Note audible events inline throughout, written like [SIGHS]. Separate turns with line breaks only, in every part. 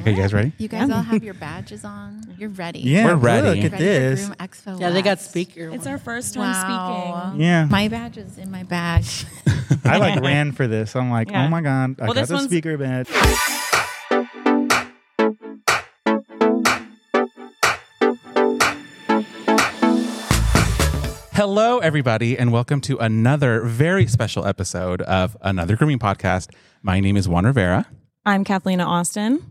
Okay, you guys ready?
You guys all have your badges on. You're ready.
Yeah, We're ready.
Ready
look
for
at
this. Groom Expo
Yeah, they got
West.
speaker.
It's our first
Wow.
one speaking.
Yeah.
My badge is in my bag.
I like ran for this. I'm like,
Yeah.
oh my god, I
Well,
got
this
the
one's-
speaker badge. Hello, everybody, and welcome to another very special episode of another grooming podcast. My name is Juan Rivera.
I'm Kathleen Austin.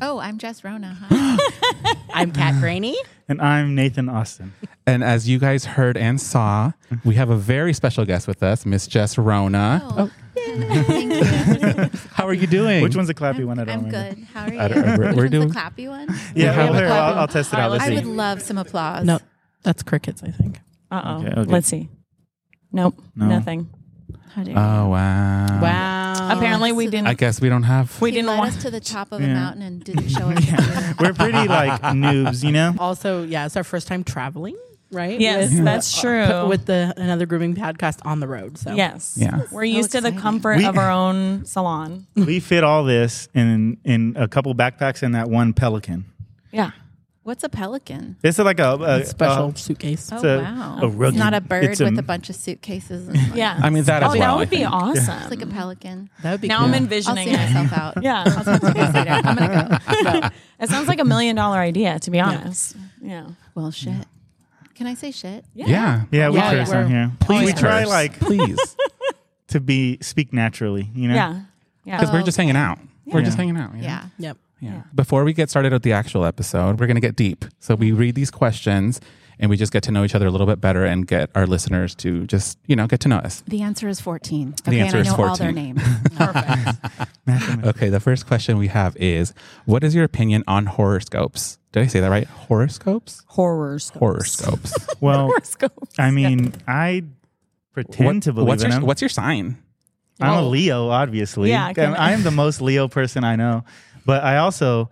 Oh, I'm Jess Rona. Hi.
I'm Kat
[SIGHS]
Graney.
And I'm Nathan Austin.
And as you guys heard and saw, we have a very special guest with us, Miss Jess Rona.
Oh. Thank you.
[LAUGHS] How are you doing?
Which one's the clappy one? I don't
I'm
remember.
good. How are you?
I don't remember.
Which
We're
one's
doing-
the clappy one.
Yeah,
Yeah,
well,
we
here,
have a clappy
I'll, I'll
one.
test it
All
out.
right,
Let's
I
let's
see.
would love some applause.
No, that's crickets, I think.
Uh oh.
Okay, okay.
Let's see. Nope.
No.
Nothing.
How do you?
Oh, wow.
Wow.
Apparently we
so-
didn't.
I guess we don't have.
we
he
didn't
led
want.
us to the top of a
Yeah.
mountain and didn't show us. the
We're pretty like noobs, you know?
Also, yeah, it's our first time traveling, right?
Yes,
With-
that's true.
With the another grooming podcast on the road. So
yes.
Yeah.
We're used to the
exciting.
comfort
We-
of our own salon.
we fit all this in in a couple backpacks and that one pelican.
Yeah.
What's a pelican?
It's like a, a
Special
a-
suitcase.
Oh
It's a-
wow!
a rugged-
it's not a bird
it's a-
with a bunch of suitcases. And like,
Yeah.
I mean, that
oh,
as well.
that would
I
be
think.
awesome.
it's like a pelican.
That would be
now
cool.
I'm
I'll
envisioning
see
it.
myself out.
[LAUGHS] Yeah. I'll talk to you guys later. I'm gonna go. it sounds like a million dollar idea, to be honest. Yeah.
Well, shit. Can I say shit?
Yeah.
Yeah.
Yeah, we
Yeah,
curse
we're-
on here.
Please
we try
curse. [LAUGHS]
like
please.
to be speak naturally, you know?
Yeah. Yeah.
Because we're just hanging out. We're just
Yeah.
hanging out. you know?
Yeah.
Yep.
Yeah. Before we get started with the actual episode, we're going to get deep. So we read these questions and we just get to know each other a little bit better and get our listeners to just, you know, get to know us.
The answer is 14. Okay,
answer
and
is
I know all their
14. [LAUGHS]
names.
Okay. The first question we have is What is your opinion on horoscopes? Did I say that right? Horoscopes?
horrors.
Horoscopes.
[LAUGHS] Well,
Horoscopes.
I mean, I pretend
What-
to believe
what's,
in
your,
them.
what's your sign?
I'm a
Whoa.
Leo, obviously.
Yeah, I can-
And I am the most Leo person I know, but I also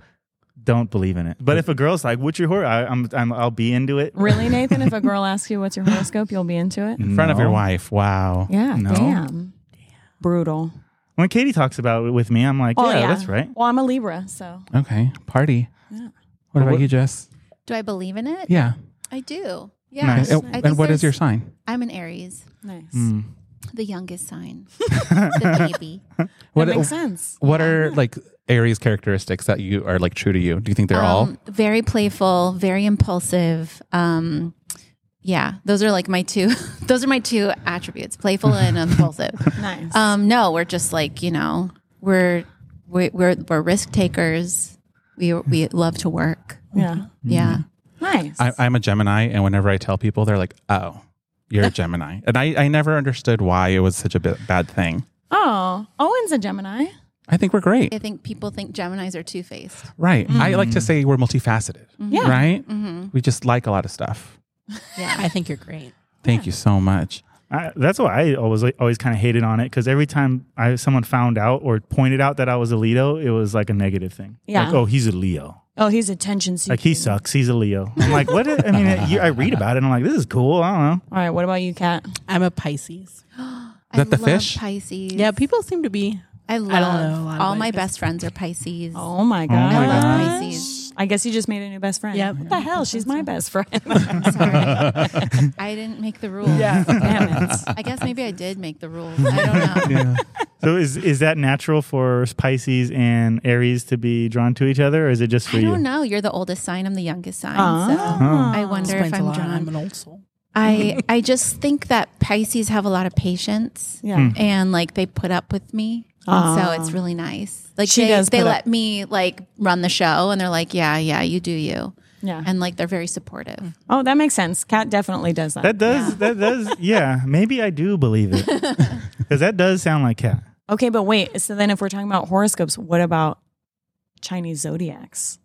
don't believe in it. But if a girl's like, "What's your horror?" I, I'm, I'm, I'll be into it. [LAUGHS]
Really, Nathan? If a girl asks you what's your horoscope, you'll be into it.
In front of your wife. Wow.
Yeah.
No.
Damn. Brutal.
When Katie talks about it with me, I'm like,
Oh,
yeah,
yeah.
that's right."
Well, I'm a Libra, so
Okay. Party.
Yeah.
What about
What-
you, Jess?
Do I believe in it?
Yeah.
I do. Yeah.
Nice.
I
And,
think
and what is your
there's-
sign?
I'm an Aries,
nice.
Mm.
the youngest sign,
[LAUGHS]
the baby.
What,
that makes sense.
What are like Aries characteristics that you are like true to you? Do you think they're all?
Um, very playful, very impulsive. Um, yeah, those are like my two. [LAUGHS] those are my two attributes:
[LAUGHS]
playful and impulsive.
Nice.
Uh,
Um, no, we're just like you know, we're we're we're, we're risk takers. We we love to work.
yeah.
Mm-hmm.
Yeah.
Nice.
I, I'm a Gemini, and whenever I tell people, they're like, "Oh, you're
[LAUGHS]
a Gemini," and I, I never understood why it was such a bi- bad thing.
oh, Owen's a Gemini.
I think we're great,
I think people think Gemini's are two faced.
right? I like
Mm-hmm.
to say we're multifaceted,
Mm-hmm.
Yeah.
right? We just like a lot of stuff.
Yeah.
I think you're great.
Thank you so much.
I, that's why I always always kind of hated on it because every time I someone found out or pointed out that I was a Leo, it was like a negative thing.
Yeah.
Like, oh, he's a Leo.
Oh, he's attention seeking.
Like he sucks. He's a Leo. I'm like, what? Is, I mean, you, I read about it. and I'm like, this is cool. I don't know.
All right. What about you, Kat?
I'm a Pisces.
I
that the
love
fish?
Pisces.
Yeah, people seem to be.
I love.
know a lot
all
about
my
it.
best friends are Pisces.
Oh
my
my God.
I love
gosh.
Pisces.
I guess you just made a new best friend.
Yep.
What the hell? She's my best friend.
Sorry, I didn't make the rules.
[LAUGHS] Damn
Hmm.
it.
I guess maybe I did make the rules. I don't know.
So is is that natural for Pisces and Aries to be drawn to each other, or is it just for
I
you?
don't know. You're the oldest sign. I'm the youngest sign. So
Oh.
I wonder if
Explains a
I'm
lot. I'm
drawn.
an old soul.
I I just think that Pisces have a lot of patience
Yeah.
and like they put up with me. And so it's really nice. Like
She
they,
does
they
put
let
up-
me like run the show and they're like, Yeah, yeah, you do you.
Yeah.
And like they're very supportive.
[LAUGHS] oh, that makes sense. Kat definitely does
[LAUGHS]
that.
That does. That does. Yeah, maybe I do believe
[LAUGHS]
it because that does sound like cat.
okay, but wait. So then, if we're talking about horoscopes, what about Chinese zodiacs?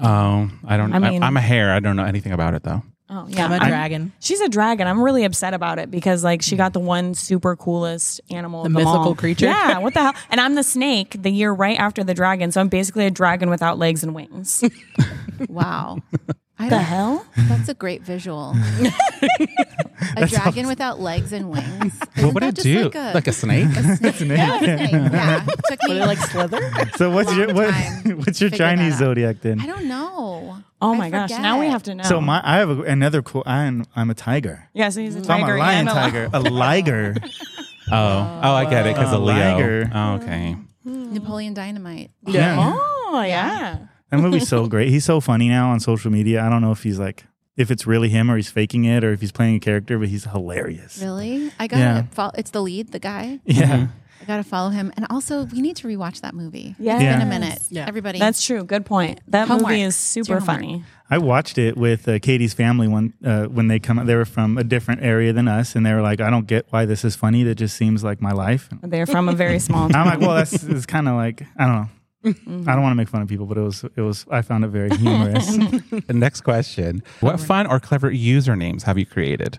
Oh, I don't.
I
I
mean-
I, am a hare. I don't know anything about it
[LAUGHS]
though.
Oh, yeah.
I'm a
I'm-
dragon.
She's a dragon. I'm really upset about it because like she got the one super coolest animal,
The
of them
mythical
all.
creature?
Yeah, what the hell? And I'm the snake, the year right after the dragon, so I'm basically a dragon without legs and wings.
Wow. I
The
don't-
hell?
That's a
[LAUGHS]
great visual. a dragon without legs
[LAUGHS]
and wings.
What would
that
it
just
do?
like a- [LAUGHS]
Like a [LAUGHS] snake?
A snake. Yeah, a snake.
[LAUGHS]
Yeah. It Took me like
slither?
So what's
Long
your what,
time
[LAUGHS] what's your
figure that
Chinese
out.
zodiac
I
then?
don't know.
Oh
I
my gosh.
forget.
Now we have to know.
So my I have a, another cool. I'm I'm a tiger.
Yeah, so he's a
So I'm
tiger.
a lion
and a-
tiger.
[LAUGHS]
A liger.
Oh, oh, I get it because
Uh,
of Leo.
Liger.
Oh, okay.
Hmm.
Napoleon Dynamite.
Yeah.
Oh, yeah.
That movie's so great. He's so funny now on social media. I don't know if he's like if it's really him or he's faking it or if he's playing a character, but he's hilarious.
Really? I got
Yeah.
to follow it's the lead, the guy.
Yeah.
I got to follow him and also we need to rewatch that movie.
Yes.
It's been
Yeah.
a minute.
Yeah.
Everybody.
That's true. Good point. That
Homework.
movie is
It's your
super
homework.
funny.
I watched it with uh, Katie's family when uh, when they come. They were from a different area than us, and they were like, "I don't get why this is funny. That just seems like my life."
They're from a [LAUGHS] very small town.
I'm like, "Well, that's it's kind of like I don't know. I don't want to make fun of people, but it was it was I found it very
[LAUGHS]
humorous."
The next question What fun or clever usernames have you created?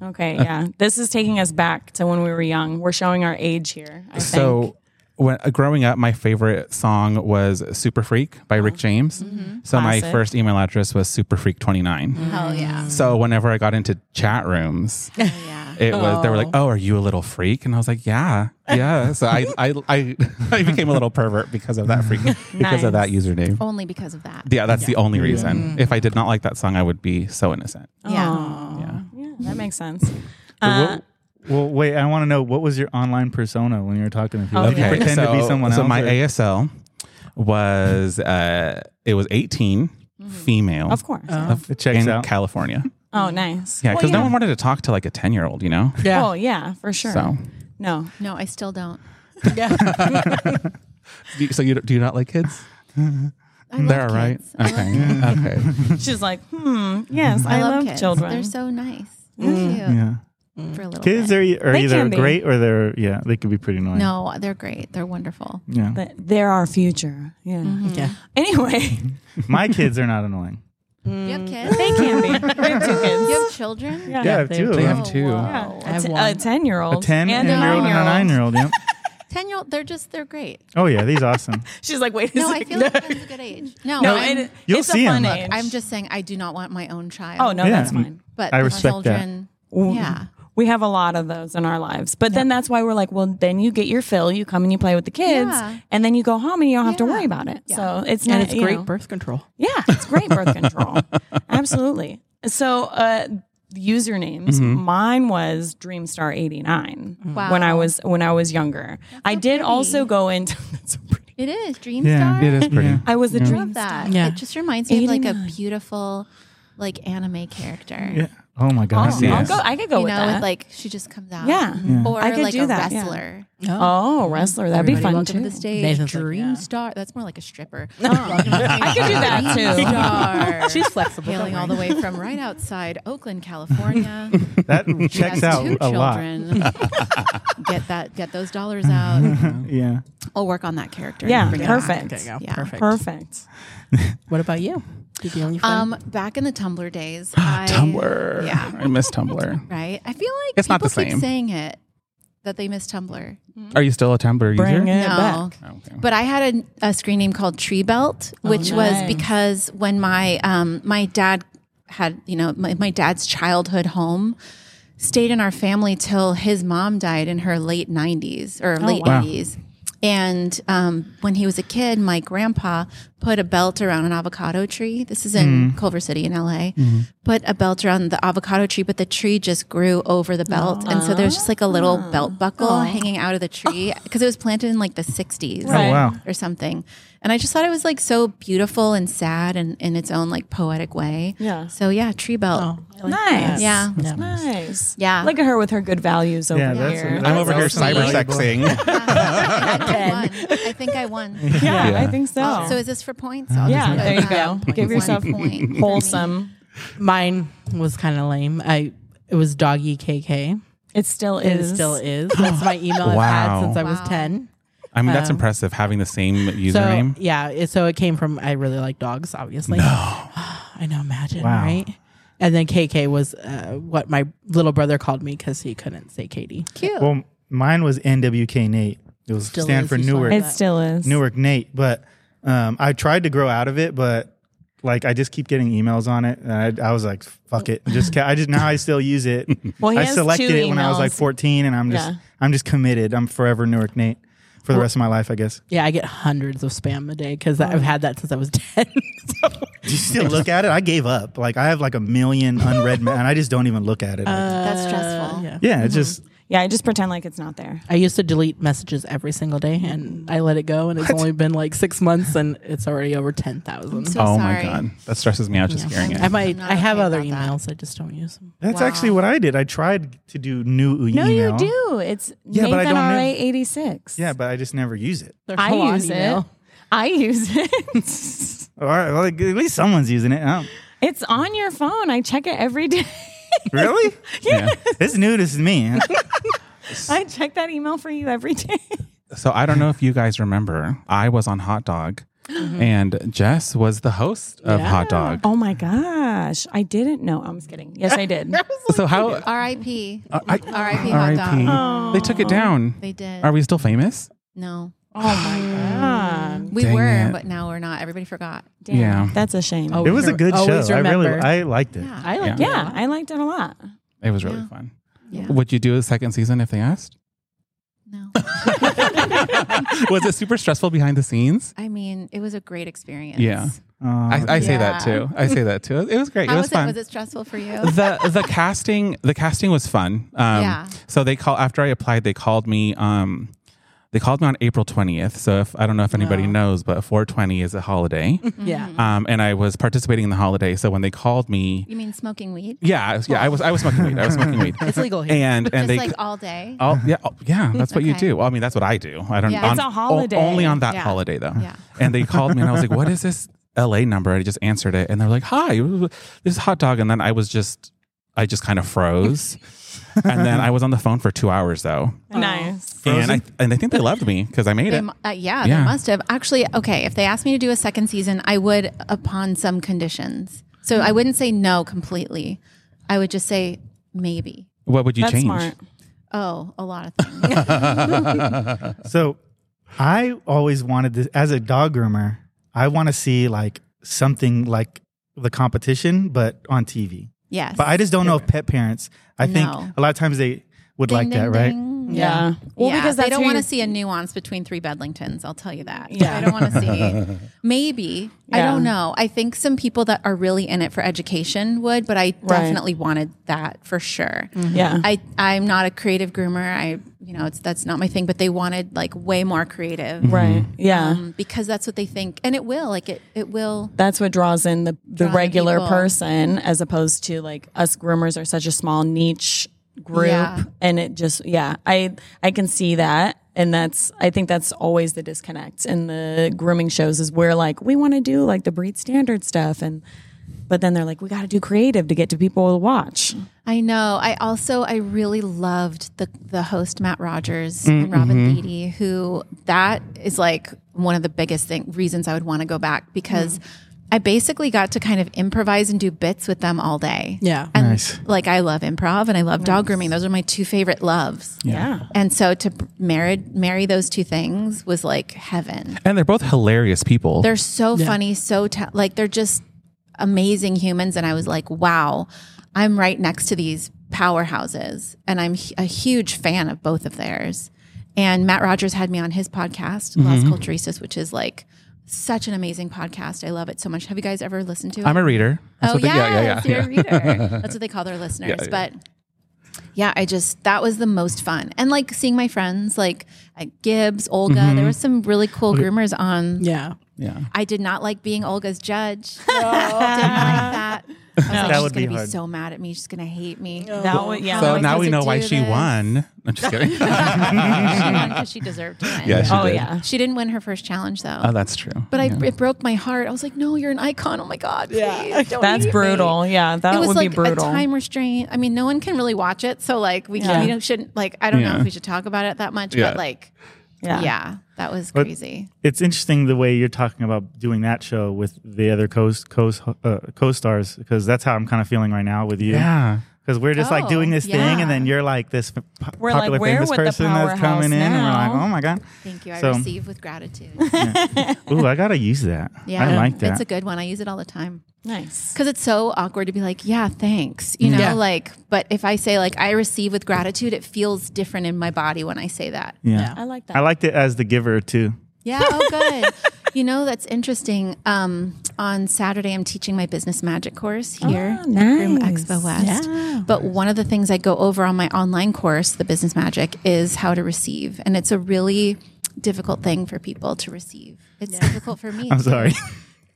Okay, yeah. This is taking us back to when we were young. We're showing our age here. I think.
So, when uh, growing up, my favorite song was Super Freak by
Oh.
Rick James.
Mm-hmm.
So, my
Classic.
first email address was superfreak29.
Hell yeah.
So, whenever I got into chat rooms,
Hell yeah.
it was they were
[LAUGHS]
like, "Oh, are you a little freak?" And I was like, "Yeah, yeah." So I I I, I became a little pervert because of that
[LAUGHS]
freak because of that
Oh.
username.
Only because of that.
Yeah, that's the only reason.
Mm.
If I did not like that song, I would be so innocent.
Yeah.
Yeah.
Yeah, that makes sense. Uh,
But what- well, wait. I want to know what was your online persona when you were talking to people? Did you pretend to be someone
so
else.
my
or-
ASL was uh, it was 18,
Mm-hmm.
female,
Of course.
it checks
in
out.
California.
Oh, nice.
Yeah, because
Well,
no one wanted to talk to like a ten year old, you know.
Yeah.
Oh, yeah, for sure.
So,
No.
No, I still don't.
[LAUGHS] yeah.
Do you- so you do you not like kids?
I love
They're all right.
kids. I love-
Okay, okay.
She's like, hmm, yes, I,
I love
love,
kids.
children. Mm.
They're so nice. Cute
yeah.
For a little
Kids
bit.
are, are
They
either
can be.
great or they're yeah they could be pretty annoying.
No, they're great. They're wonderful.
Yeah.
But they're our future. Yeah.
Yeah.
[LAUGHS]
Anyway,
my kids are not annoying.
You have kids?
they can be. We have two kids.
You have children?
Mm. Yeah.
Yeah, I have
they
two. of
They
them.
have two.
Yeah.
I have
A t-
one.
a 10 year old.
a ten and a year old and a nine year old. Yeah.
Ten year old they're just they're great.
Oh yeah, these awesome.
She's like, wait a
No, I
second.
feel like that's a good age. [LAUGHS] No,
no,
I'm,
it,
You'll
it's
see
a
'em.
fun
Look,
age.
I'm just saying I do not want my own child.
oh, no,
Yeah.
that's fine.
But
I
the
respect that.
children Yeah.
We have a lot of those in our lives. But then that's why we're like, well, then you get your fill, you come and you play with the kids,
Yeah.
and then you go home and you don't have to
Yeah.
worry about it.
Yeah.
So it's not
And it's
Uh, you
great
know.
birth control.
Yeah, it's great
[LAUGHS]
birth control. Absolutely. So, uh, usernames
Mm-hmm.
mine was dreamstar89
Mm-hmm. Wow.
when i was when i was younger i
so
did
pretty.
also go into [LAUGHS] that's so pretty.
It is. Dream
Yeah.
Star.
It is pretty.
i was a
I
dream
love that.
Yeah.
It just reminds me of like a
89.
beautiful like anime character.
Yeah. Oh my
Oh,
gosh.
yeah.
I'll
Yes.
go, i could go
You
with
know,
that
with like she just comes out.
yeah
Or
I could
like
do
a
that, yeah.
wrestler.
oh wrestler that'd be
Everybody
fun
welcome
too
to the stage.
Nathan's like,
Dream
yeah.
star. That's more like a stripper. [LAUGHS] Welcome to the
[LAUGHS] I could do
[LAUGHS]
that,
Dream [LAUGHS]
too.
Star.
She's flexible.
hailing all the way from right outside Oakland, California.
That
She has
checks out
two
a lot.
children. [LAUGHS] get that. Get those dollars
[LAUGHS]
out.
Yeah. Oh,
I'll work on that character. and
yeah
bring it back.
perfect
There you go.
Yeah.
Perfect.
perfect
What about you? Did you have any fun?
Um, back in the Tumblr days, I,
Tumblr.
Yeah.
I miss Tumblr.
right? I feel like
It's
people
not the
keep
same.
saying it that they miss Tumblr.
Are you still a Tumblr user?
bring it
No.
back
Okay.
But I had a, a screen name called Tree Belt, which was
nice.
because when my um, my dad had you know my, my dad's childhood home stayed in our family till his mom died in her late nineties or late
wow.
eighties. And um, when he was a kid, my grandpa put a belt around an avocado tree. This is in Culver City in LA. Put a belt around the avocado tree, but the tree just grew over the belt. And so there's just like a little belt buckle hanging out of the tree because it was planted in like the 60s
Oh
Right.
wow.
or something. And I just thought it was like so beautiful and sad and in its own like poetic way.
Yeah.
So yeah, tree belt.
Oh.
nice
Yeah.
nice
Yeah.
Look at her with her good values over
Yeah, that's-
here.
that's
I'm over here
also
cyber
valuable.
sexing.
I, think I won. I think I
[LAUGHS]
won.
yeah,
Yeah.
I think so.
Oh, So is this for points? I'll
yeah,
just put,
there you
uh,
go. Give
one
yourself [LAUGHS]
point for me.
wholesome.
Mine was kind of lame. I it was doggy KK.
It still
It
is.
still is. That's my email I've
Wow.
had since I was
Wow.
ten.
[LAUGHS] I mean, that's impressive having the same
So
username.
yeah, it, so it came from I really like dogs, obviously. [GASPS] I know, imagine,
Wow.
right? And then KK was uh, what my little brother called me because he couldn't say Katie.
Cute.
Well, mine was NWK Nate. It was
Still
stand
is,
for
you saw
Newark
It still is.
Newark Nate. But um, I tried to grow out of it, but like I just keep getting emails on it, and I, I was like, "Fuck it!" Just ca- I just now I still use it. [LAUGHS]
Well, he
I
has
selected
two
it when I was like
emails.
14, and I'm just
Yeah.
I'm just committed. I'm forever Newark Nate for the rest of my life, I guess.
Yeah, I get hundreds of spam a day because I've had that since I was [LAUGHS] 10. so
Do you still look at it? I gave up. Like I have like a million unread, ma- and I just don't even look at it. Like,
That's stressful.
yeah.
yeah, it's just
Yeah, I just pretend like it's not there.
I used to delete messages every single day and I let it go. And it's only been like six months and it's already over 10,000.
I'm so
Oh my
sorry.
god, that stresses me out just hearing it.
I might,
not
I have
okay
other
about that.
emails. I just don't use them.
that's
Wow.
actually what I did. I tried to do new
No,
email.
you do. It's
Yeah, but I
Nathan
don't
RA
know.
eighty six.
Yeah, but I just never use it.
They're
I
full-on
use it.
email.
I use it.
All right, well, like, at least someone's using
[LAUGHS]
it. I don't-
It's on your phone. I check it every day. [LAUGHS]
Really?
Yeah.
It's new to me.
I check that email for you every
[LAUGHS]
day.
So I don't know if you guys remember, I was on Hot Dog, and Jess was the host of Hot Dog.
Oh my gosh. I didn't know. I'm just kidding. Yes,
[LAUGHS]
I did.
So how?
R.I.P.
Uh, I-
R.I.P. Hot
R.I.P.
dog.
They took it down.
They did.
Are we still famous?
no, [GASPS]
Um,
we
Dang
were,
it.
but now we're not. Everybody forgot.
damn,
Yeah.
That's a shame.
Oh,
It was a good show.
Always
I really
remember.
I liked it.
Yeah.
I like
yeah, I liked it a lot.
It was really
Yeah.
fun.
Yeah.
Would you do a second season if they asked?
[LAUGHS]
[LAUGHS]
No.
was it super stressful behind the scenes?
I mean, it was a great experience.
Yeah.
Um,
I, I say that
Yeah.
too. I say that too. It was great.
How
it was,
was, it?
fun.
Was it stressful for you?
[LAUGHS] the the casting the casting was fun. Um,
Yeah.
So they call after I applied, they called me. Um, they called me on April twentieth. So if I don't know if anybody knows, but four twenty is a holiday.
Mm-hmm.
Yeah.
um, and I was participating in the holiday. So when they called me,
You mean smoking weed?
yeah, I was, yeah, I was I was smoking weed. I was
Mm-hmm.
smoking
[LAUGHS]
weed.
It's legal here.
And
Just
and they
like all day.
Oh yeah, oh, yeah. That's what you
Mm, Okay.
do. Well, I mean, that's what I do. I don't.
Yeah.
on-
It's a holiday.
o- only on that
Yeah.
holiday though.
Yeah.
And they called me, and I was like, "What is this LA number?" I just answered it, and they're like, "Hi, this is hot dog." And then I was just, I just kind of froze,
[LAUGHS]
and then I was on the phone for two hours though,
Oh. Nice.
and I and I think they loved me because I made
They
it.
mu- uh, yeah,
Yeah.
they must have. Actually, okay, if they asked me to do a second season, I would upon some conditions. So I wouldn't say no completely. I would just say maybe.
What would you
That's
change?
smart.
Oh, a lot of things.
So I always wanted this as a dog groomer. I want to see like something like the competition, but on TV.
yes.
But I just don't know if pet parents. I think
No.
a lot of times they would like that, right?
Yeah. Well,
yeah,
because
they
that's
don't
who
want to
you-
see a nuance between three Bedlingtons. I'll tell you that.
Yeah.
I don't want to
[LAUGHS]
see. Maybe I
Yeah.
don't know. I think some people that are really in it for education would, but I definitely wanted that for sure.
Yeah.
I I'm not a creative groomer. I you know it's that's not my thing. But they wanted like way more creative,
Right.
Mm-hmm.
Yeah.
Um, because that's what they think, and it will like it it will.
that's what draws in the, the
Draw the
regular
people.
person as opposed to like us groomers are such a small niche group
Yeah.
and it just yeah i i can see that and that's i think that's always the disconnect in the grooming shows is we're like we want to do like the breed standard stuff and but then they're like we got to do creative to get to people to watch
I know. I also I really loved the the host Matt Rogers and Robin Beatty, who that is like one of the biggest thing reasons I would want to go back because I basically got to kind of improvise and do bits with them all day.
Yeah.
And
Nice.
like I love improv and I love dog grooming. Those are my two favorite loves.
yeah,
And so to marry marry those two things was like heaven.
And they're both hilarious people.
They're so funny, so ta- like they're just amazing humans. And I was like, wow, I'm right next to these powerhouses, and I'm hu- a huge fan of both of theirs. And Matt Rogers had me on his podcast, Las
Mm-hmm.
Culturistas, which is like such an amazing podcast. I love it so much. Have you guys ever listened to it?
I'm a reader. That's
oh
what they-
yes,
yeah, yeah, yeah.
you're [LAUGHS] a
[LAUGHS]
reader. That's what they call their listeners.
yeah.
But yeah, I just that was the most fun, and like seeing my friends, like at Gibbs, Olga.
Mm-hmm.
There was some really cool groomers on
Yeah.
yeah.
I did not like being Olga's judge. [LAUGHS] Didn't like that.
[LAUGHS]
I was like,
That
she's
would
gonna
be
be,
hard.
so mad at me. She's gonna hate me.
that was yeah
So
am I
now we
supposed to
know why
do
she
this?
won. I'm just
[LAUGHS]
kidding. [LAUGHS]
she won because she deserved to win.
Yeah, she
oh
did.
yeah
She didn't win her first challenge though.
Oh, that's true.
but I,
Yeah.
it broke my heart. I was like, no, you're an icon. Oh my god, please, don't
that's
hate
brutal
me.
yeah that
Oh, it was
would
like
be
a
brutal
time restraint. I mean, no one can really watch it, so like we,
Yeah.
we don't, shouldn't like. I don't
Yeah.
know if we should talk about it that much,
Yeah.
but like,
yeah
yeah. that was crazy.
It's interesting the way you're talking about doing that show with the other co co uh, co stars because that's how I'm kind of feeling right now with you.
yeah.
because we're just like
Oh,
doing this thing,
yeah.
and then you're like this po-
We're like,
popular
we're
famous
with the
person that's
powerhouse
coming in, and we're like,
now.
oh my
[LAUGHS]
god,
Thank you. I
So-
receive with gratitude.
ooh, I gotta use that.
Yeah.
I like that.
It's a good one. I use it all the time.
Nice.
Because it's so awkward to be like, yeah, thanks. You know,
Yeah.
like, but if I say, like, I receive with gratitude, it feels different in my body when I say that.
yeah.
Yeah.
I like that.
I liked it as the giver too.
Yeah. Oh, good. you know, that's interesting. Um, on Saturday, I'm teaching my business magic course here
Ah,
at Groom
nice.
Oh, Expo West. But one of the things I go over on my online course, the business magic, is how to receive. And it's a really difficult thing for people to receive. It's difficult for me.
I'm sorry.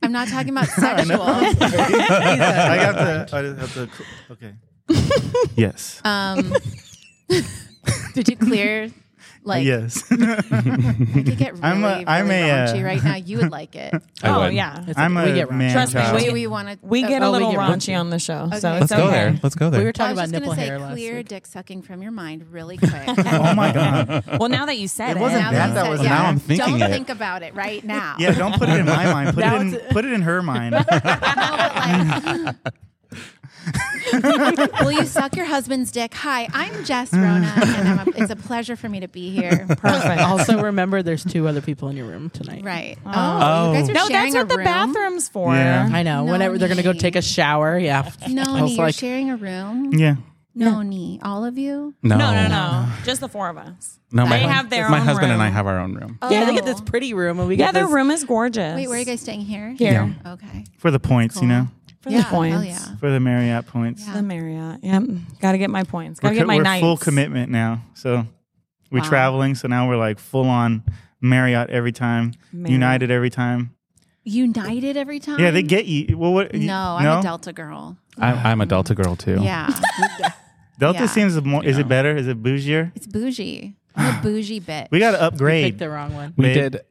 I'm not talking about sexual.
[LAUGHS] I have to. I just have to. Okay. [LAUGHS] yes.
Uh,
Um, [LAUGHS] did you clear? Like,
[LAUGHS]
yes.
I could get really,
I'm a-
really
I'm a, uh,
raunchy right now. You would like
[LAUGHS]
it.
I
oh
would.
yeah.
It's
I'm
okay. we
a
get raunchy.
man
Trust me,
child.
we-
Do we want to?
We get
Oh,
a
we
little
get
raunchy on the show, so
Okay.
Let's
it's
go
okay.
there. Let's go there.
We were talking
I was
about
just
nipple
gonna say
hair last
clear [LAUGHS]
week.
dick sucking from your mind really quick.
[LAUGHS] oh my god.
Well, now that you said it,
wasn't
Now
[LAUGHS]
that
you
that
said-
was-
yeah,
now I'm thinking
Don't
it.
think about it right now. [LAUGHS]
Yeah. Don't put it in my mind. Put it
Now
in.
it's-
Put it in her
[LAUGHS]
mind.
Will you suck your husband's dick? Hi, I'm Jess Rona, and I'm a, it's a pleasure for me to be here.
perfect.
also remember there's two other people in your room tonight.
Right. Oh,
Oh.
you guys are
no, that's
sharing
what
a
the
room?
bathroom's for.
Yeah.
I know.
No
Whenever they're gonna go
need.
take a shower, yeah.
No,
I was
you're
like-
sharing a room.
yeah.
No, knee. All of you.
No,
No, no, no. Just the four of us.
No, my,
They have their
my
own
husband and I
room.
have our own room.
Yeah, they get
Oh.
this pretty room and we
Yeah,
get
their
this
room is gorgeous.
Wait, where are you guys staying here?
Here.
Okay.
For the points, you know.
For
yeah.
the points.
Hell yeah.
For the Marriott points.
Yeah.
The Marriott. Yep. Gotta get my points. Gotta
we're,
get
co-
my
we're
nights.
full commitment now. So we're
Wow.
traveling. So now we're like full on Marriott every time,
Marriott.
United every time.
United every time.
Yeah, they get you. Well, what? you-
No, I'm a Delta girl.
I, I'm a Delta girl too.
[LAUGHS]
Yeah,
Delta
yeah.
seems more. Is it better? Is it bougier?
it's bougie. I'm a bougie bitch.
We got to
pick
upgrade.
the wrong one.
We
Babe.
[LAUGHS] did.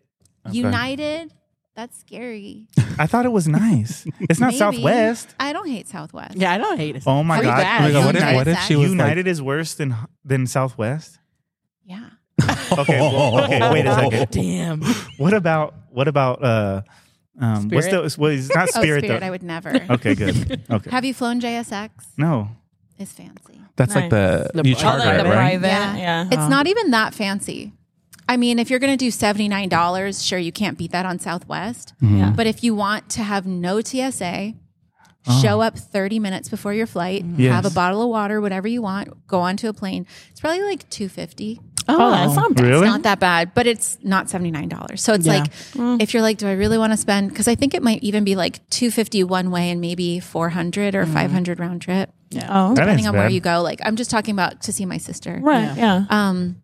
United. That's scary.
I thought it
[LAUGHS]
was nice. It's not
Maybe.
Southwest.
I don't hate Southwest.
Yeah, I don't hate it.
Oh my
How
god!
bad?
Oh my God, what, if,
United,
what if she was
United is worse than than Southwest?
yeah.
Okay,
Oh,
well, okay. Wait a second.
Damn.
What about what about uh, um, what's
Spirit?
the? Well, it's not
Oh,
spirit,
Spirit.
though.
I would never.
[LAUGHS]
[LAUGHS]
Okay, good. Okay,
Have you flown JSX?
no.
It's fancy.
like that's like the,
The
you
pri-
charter
Oh, like
it,
the
right?
private. Yeah. Um,
It's not even that fancy. I mean, if you're going to do $79, sure, you can't beat that on Southwest.
Mm-hmm.
Yeah.
But if you want to have no TSA, show up 30 minutes before your flight,
Oh.
Mm-hmm.
Yes.
have a bottle of water, whatever you want, go onto a plane. It's probably like 250.
Oh, that's not bad.
Really?
It's not that bad, but it's not $79. So it's
Yeah.
like
Mm.
if you're like, do I really want to spend cuz I think it might even be like 250 one way and maybe 400
Mm.
or 500 round trip
Oh,
That
depending
ain't
on where
bad.
you go. Like I'm just talking about to see my sister.
right. Yeah.
Um,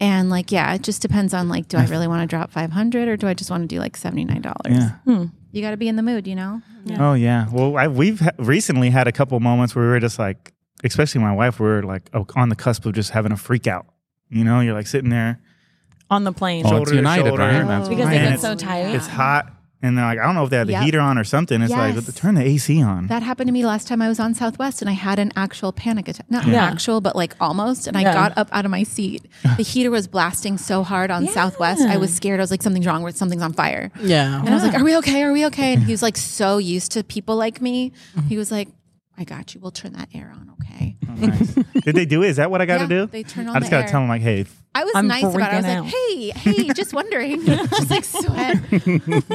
and like, yeah, it just depends on like, do I really want to drop 500 or do I just want to do like $79?
Yeah.
Hmm.
You got to be in the mood, you know?
Oh yeah. Well, I, we've ha- recently had a couple moments where we were just like, especially my wife, we were like oh, on the cusp of just having a freak out. You know, you're like sitting there,
On the plane.
Oh,
shoulder
it's
to
United,
shoulder.
right? That's
because
Man,
they get
it's-
so tired.
it's hot, and they're like, I don't know if they had the
Yep.
heater on or something. It's
Yes.
like turn the AC on.
That happened to me last time I was on Southwest and I had an actual panic attack. Not an
Yeah.
actual, but like almost. And I
Yeah.
got up out of my
[LAUGHS]
seat. The heater was blasting so hard on Southwest. I was scared. I was like, something's wrong with something's on fire.
Yeah.
And I was like, are we okay? Are we okay? And he was like, so used to people like me.
Mm-hmm.
He was like, I got you. We'll turn that air on. Okay.
Oh,
[LAUGHS]
Nice. Did they do it? Is that what I got to
Yeah,
do?
they turn on
I just
the
gotta
air.
tell them like, hey, f-
I was
I'm
nice about it. I was
freaking out.
like, hey,
[LAUGHS]
hey, just wondering. [LAUGHS] just like sweat,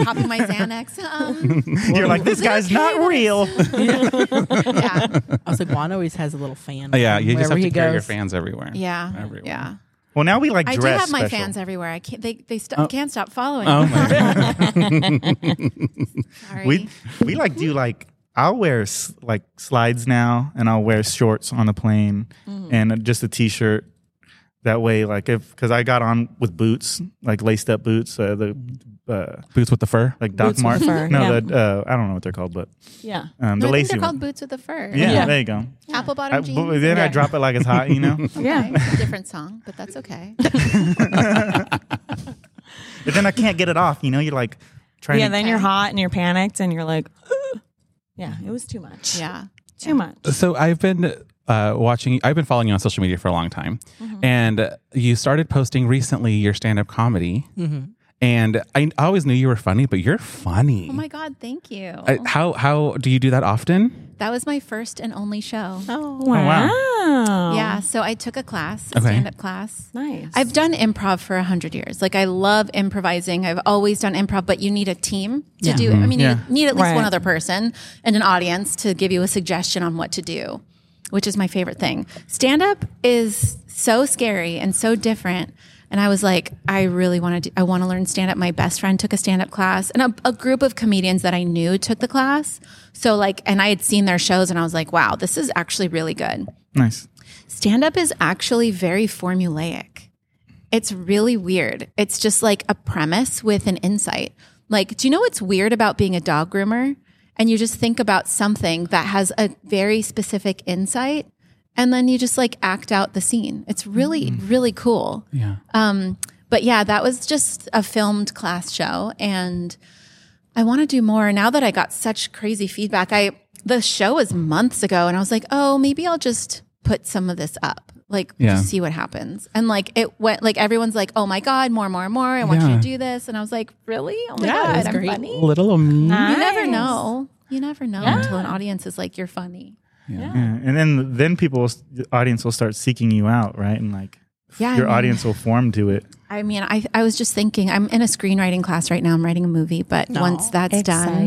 popping my Xanax. [LAUGHS] Um,
you're
[LAUGHS]
like this
it
guy's
okay
not
that-
real.
[LAUGHS] yeah.
I was like, Juan always has a little fan.
Oh, yeah, you just
wherever
have to
he
carry your
goes.
fans everywhere.
Yeah.
Everywhere.
Yeah.
well, now we like
I
dress.
do have my
special.
fans everywhere. I can't, they, they st- can't stop following.
Oh
me.
my god.
[LAUGHS]
[LAUGHS]
Sorry.
We we like do like I'll wear s- like slides now, and I'll wear shorts on the plane,
Mm.
and just a t-shirt. That way, like if because I got on with boots, like laced up boots, uh, the uh,
Boots with the fur.
like Doc
Boots with
Martens.
the fur,
No,
yeah.
the, uh, I don't know what they're called, but
yeah.
No, I
um, the
think
lacy
they're called
one.
boots with a fur.
Yeah,
Yeah.
there you go.
Apple
I,
bottom jeans.
but then I
Yeah.
drop it like it's hot, you know.
[LAUGHS] Yeah.
Okay. It's a different song, but that's
[LAUGHS]
okay.
but then I can't get it off. You know, you're like trying.
Yeah.
to,
Then you're hot and you're panicked and you're like, yeah, it was too much.
Yeah.
Too much.
So I've been uh, watching. I've been following you on social Mm-hmm. media for a long time, and you started posting recently your stand-up comedy. And I always knew you were funny, but you're funny.
Oh my God, thank you.
I, how how do you do that often?
that was my first and only show.
Oh,
wow.
Yeah. So I took a class, a
Okay.
stand up class.
Nice.
I've done improv for a hundred years. Like I love improvising. I've always done improv, but you need a team to do. I mean,
Yeah.
you need at least
Right.
one other person and an audience to give you a suggestion on what to do, which is my favorite thing. Stand up is so scary and so different. And I was like, I really want to. Do, I want to learn stand up. My best friend took a stand up class, and a, a group of comedians that I knew took the class. So like, and I had seen their shows, and I was like, wow, this is actually really good
Nice.
stand up is actually very formulaic. It's really weird. It's just like a premise with an insight. Like, do you know what's weird about being a dog groomer? And you just think about something that has a very specific insight, and then you just like act out the scene. It's really, really cool.
Yeah.
Um, but yeah, that was just a filmed class show, and I want to do more. Now that I got such crazy feedback, I the show was months ago, and I was like, oh, maybe I'll just put some of this up, like
Yeah.
just see what happens. And like it went, like everyone's like, oh my god, more, more, more. I want you
Yeah.
to do this, and I was like, really? Oh my
Yeah, it was
god, I'm
great.
funny.
Little
You never know. You never know until an audience is like, you're funny.
Oh.
Yeah. And then then people, will s- the audience will start seeking you out, right? And like
Yeah,
your
I mean-
audience will form to it.
I mean, I, I was just thinking, I'm in a screenwriting class right now. I'm writing a movie, but once that's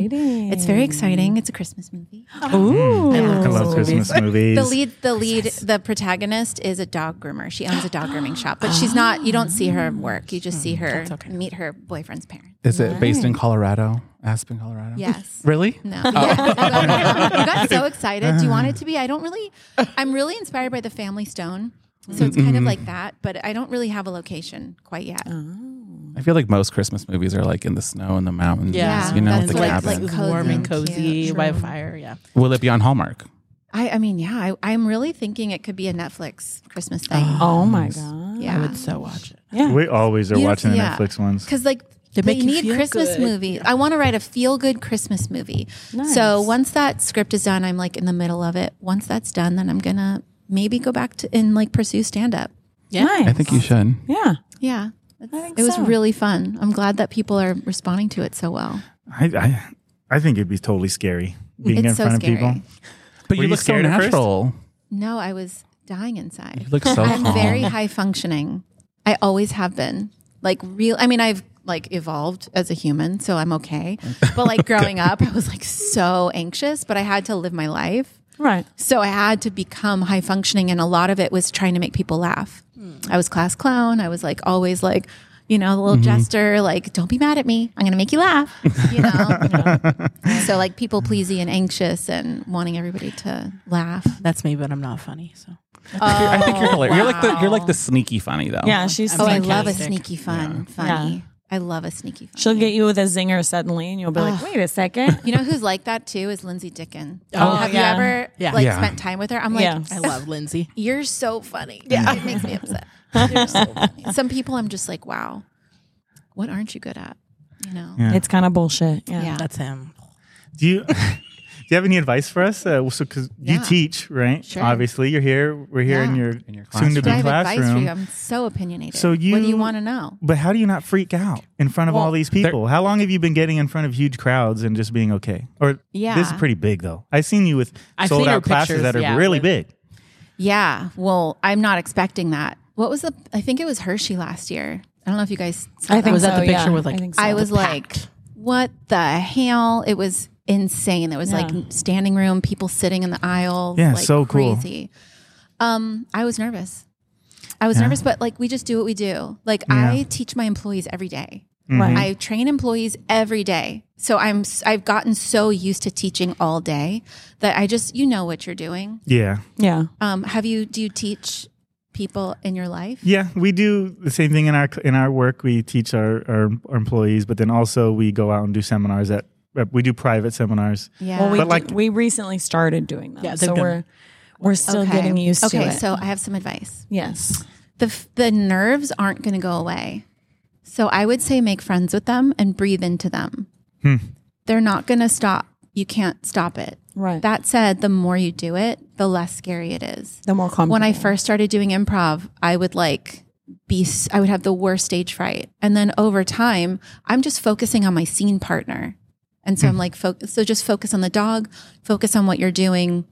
done, it's very exciting. It's a Christmas movie.
Ooh.
I
I
love
love Christmas movies.
The lead, the lead, the protagonist is a dog groomer. She owns a dog grooming shop, but she's not. You don't see her work. You just see her meet her boyfriend's parents.
Is it based in Colorado? Aspen, Colorado?
Yes. Mm-hmm.
Really?
No. Yeah. you, got, you got so excited. Do you want it to be? I don't really. I'm really inspired by the Family Stone, so it's kind of like that. But I don't really have a location quite yet.
I feel like most Christmas movies are like in the snow in the mountains.
Yeah.
You know,
That's
with the
like-
cabin.
like-
It's warm and
cozy and
cozy
cute.
by
True.
fire. Yeah.
Will it be on Hallmark?
I, I mean, yeah, I, I'm really thinking it could be a Netflix Christmas thing.
Oh my god.
yeah.
I would so watch it.
Yeah.
we always are
You-
watching the
yeah.
Netflix ones.
Because like
They
they,
make you
need
feel
Christmas
good.
movies. I want to write a feel good Christmas movie. So once that script is done, I'm like in the middle of it. Once that's done, then I'm gonna maybe go back to and like pursue stand up.
Yeah.
I think you should.
Yeah.
Yeah. It's-
think
it was
so.
really fun. I'm glad that people are responding to it so well.
I, I I think it'd be totally scary being
It's
in
so
front
scary.
of people.
But
Were
you
you
look so
scared at first?
natural.
No, I was dying inside.
You look so
I'm
calm.
very high functioning. I always have been. Like real I mean I've like evolved as a human, so I'm okay. But like growing up, I was like so anxious, but I had to live my life.
Right.
So I had to become high functioning and a lot of it was trying to make people laugh. I was class clown. I was like always like, you know, the
Mm-hmm.
little jester, like, don't be mad at me. I'm gonna make you laugh.
[LAUGHS]
You know? so like people pleasing and anxious and wanting everybody to laugh.
That's me, but I'm not funny. So
I think you're hilarious. You're like the you're like the sneaky funny though.
Yeah. She's.
Oh, I
Sarcastic.
love a sneaky fun, funny. I love a sneaky fun.
She'll get you with a zinger suddenly, and you'll be like, "Wait a second.
you know who's like that too is Lindsay Dickon.
Oh,
have
yeah.
you ever
Yeah.
like
Yeah.
spent time with her? I'm like,
Yeah.
I love Lindsay.
you're so funny. Yeah, it makes me upset. You're [LAUGHS] so funny. Some people, I'm just like, wow, what aren't you good at? You know,
Yeah.
It's kind of bullshit." Yeah.
Yeah.
That's him.
Do you [LAUGHS] do you have any advice for us? Uh, so because
Yeah.
you teach, right?
Sure.
Obviously, you're here. We're here in
Yeah.
your,
your
soon to
Do I
be
have advice for you.
classroom.
I'm so opinionated.
So
what do
you-
you want to know?
But how do you not freak out in front of all these people? How long have you been getting in front of huge crowds and just being okay? Or
Yeah.
this is pretty big though. I've seen you with
I've
sold
seen her
out classes
pictures,
that are
yeah,
really
with-
big.
Yeah, well, I'm not expecting that. What was the? I think it was Hershey last year. I don't know if you guys. Saw
I
that.
think
Was
so,
that the picture
yeah.
with, like,
I, think so.
I was like, what the hell? It was insane. There was
Yeah.
like standing room, people sitting in the aisles.
Yeah,
like,
so cool.
Crazy. Um, I was nervous. I was nervous, but like we just do what we do. Like I teach my employees every day.
Mm-hmm.
Right.
I train employees every day. So I'm s- I've gotten so used to teaching all day that I just you know what you're doing.
Yeah.
"Yeah,
Um, have you do you teach people in your life?
Yeah, we do the same thing in our in our work. We teach our, our, our employees, but then also we go out and do seminars at we do private seminars.
Yeah.
Well, we
But,
do-
like-
we recently started doing that,
Yeah, they've
so
done-
we're we're still getting used
okay,
to it.
so I have some advice.
yes,
the f- the nerves aren't going to go away. So I would say make friends with them and breathe into them. They're not going to stop. You can't stop it.
right.
That said, the more you do it, the less scary it is.
the more comfortable.
When I first started doing improv, I would like be s- I would have the worst stage fright. And then over time, I'm just focusing on my scene partner. And so I'm like fo- so just focus on the dog, focus on what you're doing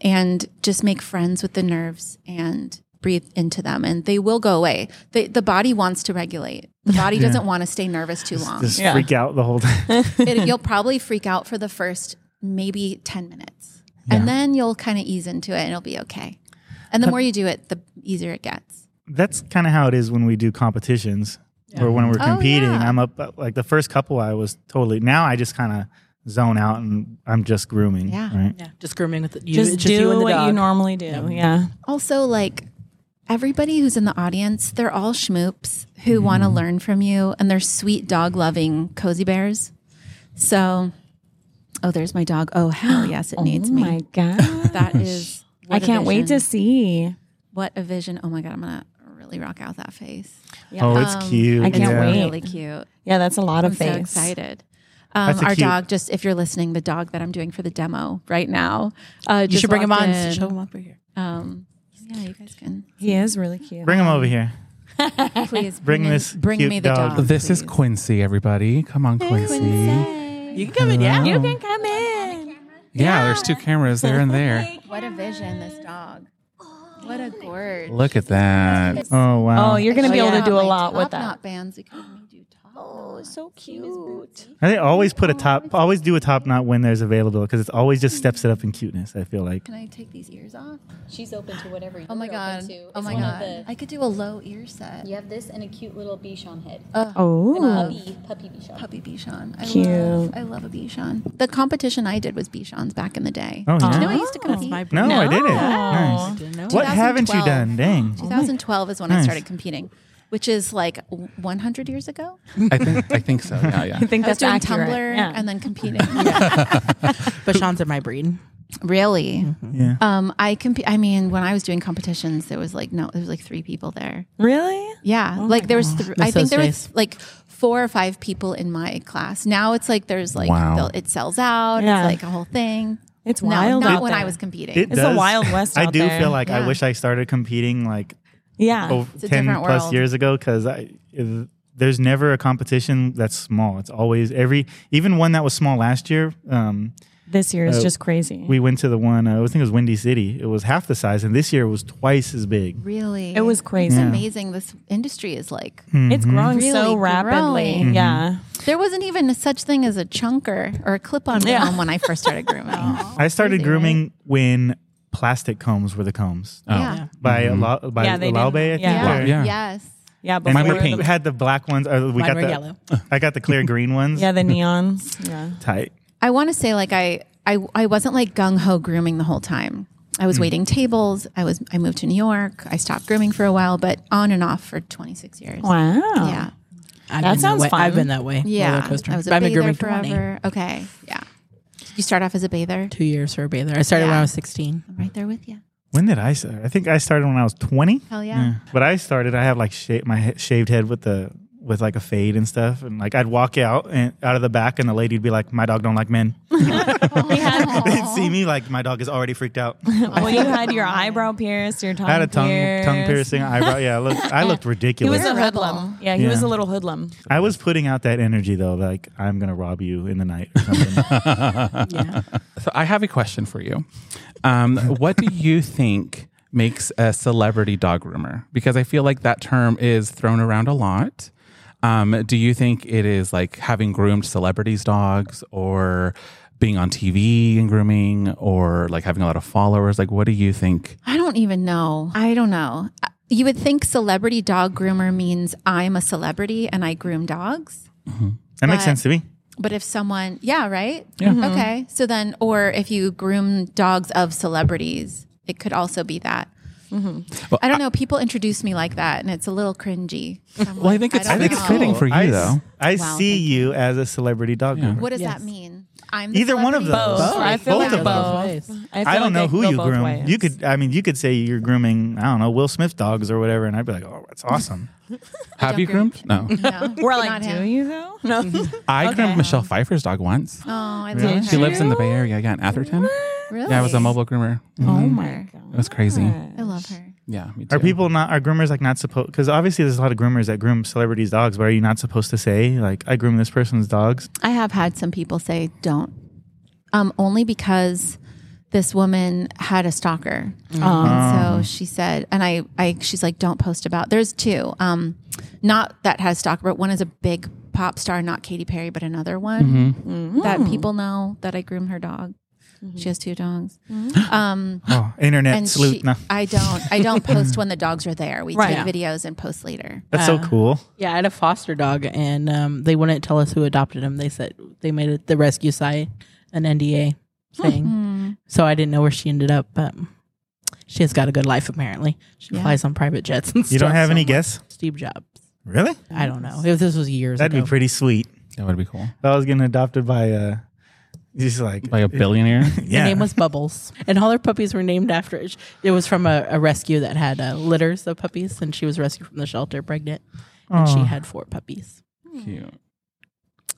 and just make friends with the nerves and breathe into them and they will go away. The the body wants to regulate. The body doesn't want to stay nervous too long.
Just freak out the whole time.
[LAUGHS]
It, you'll probably freak out for the first maybe 10 minutes. And then you'll kind of ease into it and it'll be okay. And the more you do it, the easier it gets.
That's kind of how it is when we do competitions or when we're
Oh,
competing.
yeah.
I'm up uh, like the first couple. I was totally. Now I just kind of zone out and I'm just grooming.
Yeah.
Right.
Yeah, just grooming with the, you,
Just,
it's
do
you and the
what you
dog.
normally do. Yeah.
Also, like everybody who's in the audience, they're all schmoops who
Mm-hmm.
want to learn from you and they're sweet dog loving cozy bears. So, oh, there's my dog. Oh,
[GASPS]
hell yes, it needs
oh
me.
my
[LAUGHS]
god.
That is,
I
what a
can't wait to
vision.
see.
What a vision. Oh my God, I'm going to really rock out that face.
Oh, it's cute.
I can't
yeah.
wait.
Really cute.
Yeah, that's a lot of
I'm
face.
so excited. Um,
That's a
our
cute-
dog, just if you're listening, the dog that I'm doing for the demo right now. Uh,
You should bring him on. Show
In.
him up right here.
Um, yeah, you guys can
He is really cute.
Bring them over here.
[LAUGHS] please
Bring
in-
this
Bring
cute
me the
dog.
dog.
This is
please.
Quincy, everybody. Come on, Quincy.
You can come in, yeah.
You
can come
Oh,
in.
Yeah, there's two cameras there and
[LAUGHS]
there.
What a vision, this dog. What a gorge.
Look at that.
Oh wow.
Oh, you're going to be
Oh,
able
yeah,
to do a
my
lot with
top
that.
knot bands. We could only do top knot.
I think always put a top. Always do a top knot when there's available because it's always just steps it up in cuteness. I feel like.
Can I take these ears off?
She's open to whatever you're
Oh my god.
open to.
Oh
It's
my
one of
god.
the-
I could do a low ear set.
you have this and a cute little Bichon head.
Oh,
Puppy, puppy Bichon.
Puppy Bichon. I
Cute.
love I love a Bichon. The competition I did was Bichons back in the day.
Oh
Do
yeah.
you know I used to compete?
No, I didn't. Nice.
Didn't know.
What haven't you
2012.
done? Dang.
Oh,
2012 is when I
Nice.
started competing, which is like 100 years ago.
I think I think so. Yeah,
[LAUGHS]
yeah.
I think
I was
that's
doing
accurate.
Tumblr
[LAUGHS] Yeah.
and then competing.
But Sean's in my breed.
Really?
Mm-hmm.
Yeah.
Um, I comp- I mean, when I was doing competitions, there was like no, there was like three people there.
really?
Yeah, like there was. Th- I
Miss
think there was
those
like four or five people in my class. Now it's like there's like
Wow.
they'll- it sells out.
Yeah.
It's like a whole thing.
It's
No,
wild.
not
out
when I
there.
was competing.
It
It's the
does-
Wild
[LAUGHS]
West
I
out
do
there. Uh,
feel like
Yeah.
I wish I started competing like
Yeah.
Oh.
over
It's a
10
different
plus
world.
years ago because I if- there's never a competition that's small. It's always every even one that was small last year. Um,
This year is
Oh.
Uh,
just crazy.
we went to the one uh, I think it was Windy City. It was half the size, and this year it was twice as big.
really,
it was
It's
crazy.
amazing. This industry is like
Mm-hmm.
It's growing
Really
so rapidly.
growing.
Yeah.
there wasn't even a such thing as a chunker or a clip-on
Yeah.
comb when I first started grooming.
I started
crazy,
grooming when plastic combs were the combs um,
Yeah.
by a lo- by
Yeah, they didn't-
Laube, I think.
yeah.
or-
Yeah.
Yes.
Yeah.
And
Mine were
we
pink.
had the black ones. Or we
Mine
got
were
the
yellow.
[LAUGHS] I got the clear green ones.
Yeah, the neons. Yeah.
tight.
I want to say like I I I wasn't like gung ho grooming the whole time. I was waiting tables. I was I moved to New York. I stopped grooming for a while, but on and off for 26 years.
Wow.
Yeah.
I've
That
been
sounds
way.
fun.
I've been that way.
Yeah.
Roller coaster.
I was a
But I've been
bather
grooming for
forever. Okay. Yeah. You start off as a bather.
two years for a bather. I started when
Yeah.
I was 16.
I'm right there with you.
When did I start? I think I started when I was 20.
Hell yeah.
But I started. I have like sha- my he- shaved head with the with like a fade and stuff, and like I'd walk out and out of the back, and the lady'd be like, "My dog don't like men." [LAUGHS]
[LAUGHS]
They'd see me like my dog is already freaked out. I
Well, you had your eyebrow pierced, your tongue
had a tongue
pierced.
tongue piercing, eyebrow. Yeah, look, I looked
He was
ridiculous.
a
You're a rebel.
hoodlum. Yeah, he
Yeah.
was a little hoodlum.
I was putting out that energy though, like I'm gonna rob you in the night or something.
Yeah.
So I have a question for you.
[LAUGHS]
Um, what do you think makes a celebrity dog groomer? Because I feel like that term is thrown around a lot. Um, do you think it is like having groomed celebrities' dogs or being on TV and grooming or like having a lot of followers? Like, what do you think?
I don't even know. I don't know. Uh, You would think celebrity dog groomer means I'm a celebrity and I groom dogs.
that makes sense to me.
But if someone, yeah, right? Okay. So then, or if you groom dogs of celebrities, it could also be that. Mm-hmm. I don't know. People introduce me like that, and it's a little cringy. I'm
Well, I
like,
think it's- I
don't
think it's
know.
fitting for you,
I, s-
though.
I
Wow,
see
thank
you as a celebrity dog. groomer.
What does that mean? I'm the
Either one of
celebrity?
those.
Both. I feel
Both
like
of
both.
them.
I, feel
I don't
like
know
they
who
go
you
both
groom.
ways.
You could, I mean, you could say you're grooming, I don't know, Will Smith dogs or whatever, and I'd be like, oh, that's
[LAUGHS]
awesome.
Have you
groom
groomed?
[LAUGHS]
No.
No,
We're
not
like,
him.
do you though? [LAUGHS] No.
I groomed Michelle Pfeiffer's dog once.
Oh, I
Really?
love
She
her.
lives in the Bay Area, yeah, in Atherton.
Really? Oh,
Yeah, I was a mobile groomer. Mm-hmm.
Mm-hmm.
oh my god.
It was crazy.
I love her.
Yeah, me too.
Are people not are groomers like not supposed? Because obviously there's a lot of groomers that groom celebrities' dogs, but are you not supposed to say like I groom this person's
[GASPS]
dogs?
I have had some people say don't, um, only because this woman had a stalker. And so she said, and I, I, she's like, don't post about. There's two, um, not that has stalker, but one is a big pop star, not Katy Perry, but another one that people know that I groomed her dog. She has two dogs. Um,
Oh, internet
and
salute!
she,
no.
I don't, I [LAUGHS] don't post when the dogs are there. We
Right.
take videos and post later.
That's
Uh,
so cool.
Yeah, I had a foster dog, and um, they wouldn't tell us who adopted him. They said they made it the rescue site an NDA thing, so I didn't know where she ended up. But she has got a good life apparently. She flies on private jets and stuff.
You don't have
so
any
I'm like,
guess,
Steve Jobs.
really?
I don't know if this was years
That'd
ago.
be pretty sweet.
That would be cool.
If I was getting adopted by a, just like
Like a billionaire.
yeah.
Her name
[LAUGHS]
was Bubbles, and all her puppies were named after it. It was from a, a rescue that had uh, litters of puppies, and she was rescued from the shelter, pregnant, and she
Aw.
had four puppies.
Cute.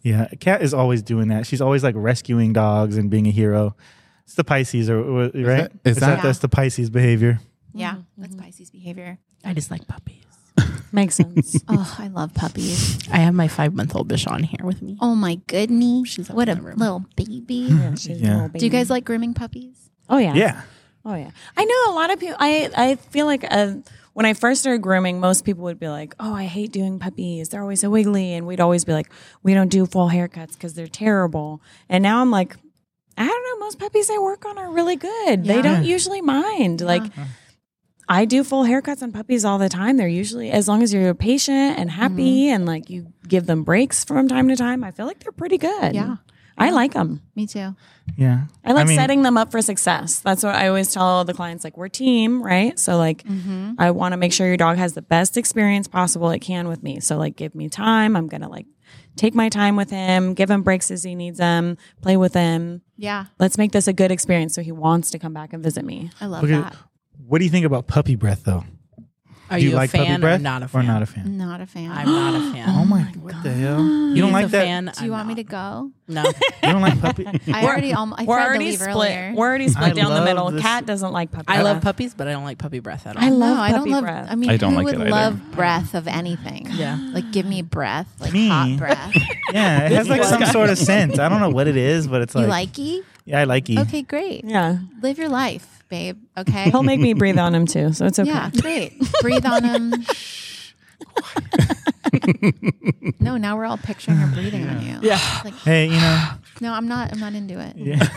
Yeah, Kat is always doing that. She's always like rescuing dogs and being a hero. It's the Pisces, or or- right? Is
that- is that-
that's the Pisces behavior?
Yeah. That's Pisces behavior.
I just like puppies.
Makes sense.
Oh, I love puppies.
I have my five month old Bichon here with me.
Oh my goodness.
She's up
what a
in the room.
little baby.
[LAUGHS] She's a
Yeah.
little
Do you
baby.
guys like grooming puppies?
Oh yeah.
Yeah,
Oh yeah. I know a lot of people. I I feel like uh when I first started grooming, most people would be like, "Oh, I hate doing puppies. They're always so wiggly," and we'd always be like, "We don't do full haircuts because they're terrible." And now I'm like, I don't know. Most puppies I work on are really good. They don't usually mind. Like. I do full haircuts on puppies all the time. They're usually as long as you're patient and happy
Mm-hmm.
and like you give them breaks from time to time. I feel like they're pretty good.
Yeah.
I like them.
Me too.
yeah.
I like
mean,
setting them up for success. That's what I always tell the clients like we're team, right? So like I want to make sure your dog has the best experience possible it can with me. So like give me time. I'm going to like take my time with him, give him breaks as he needs them, play with him.
Yeah.
Let's make this a good experience so he wants to come back and visit me.
I love
Okay.
that.
What do you think about puppy breath, though?
Are
do
you, a fan or not a fan?
Or not a fan?
Not a fan.
I'm not [GASPS] a fan.
Oh my, Mm. what the hell? You don't like that?
Fan,
Do you want me to go?
No.
You don't like puppy?
I already almost I
We're
tried to
already
leave
split.
earlier.
We're already
I
split down the
love
middle.
this-
Cat doesn't like puppy.
[LAUGHS] I love [LAUGHS]
breath.
puppies, but I don't like puppy breath [LAUGHS] at all.
I love
no, I don't
puppy
love.
breath.
I mean,
I don't
who
like
would
it either.
love breath of anything? Yeah, like give me breath, like
Me?
hot
[LAUGHS]
breath.
yeah, it has like some sort of scent. I don't know what it is, but it's
you
like,
likey?
yeah, I like you.
E? Okay, great.
E. yeah.
Live your life, babe. Okay.
He'll make me breathe on him too. So it's okay.
Yeah, great. Breathe on
[LAUGHS]
him. [LAUGHS] no, now we're all picturing her breathing on you. Yeah. Like,
Hey, you know,
no, I'm not. I'm not into it.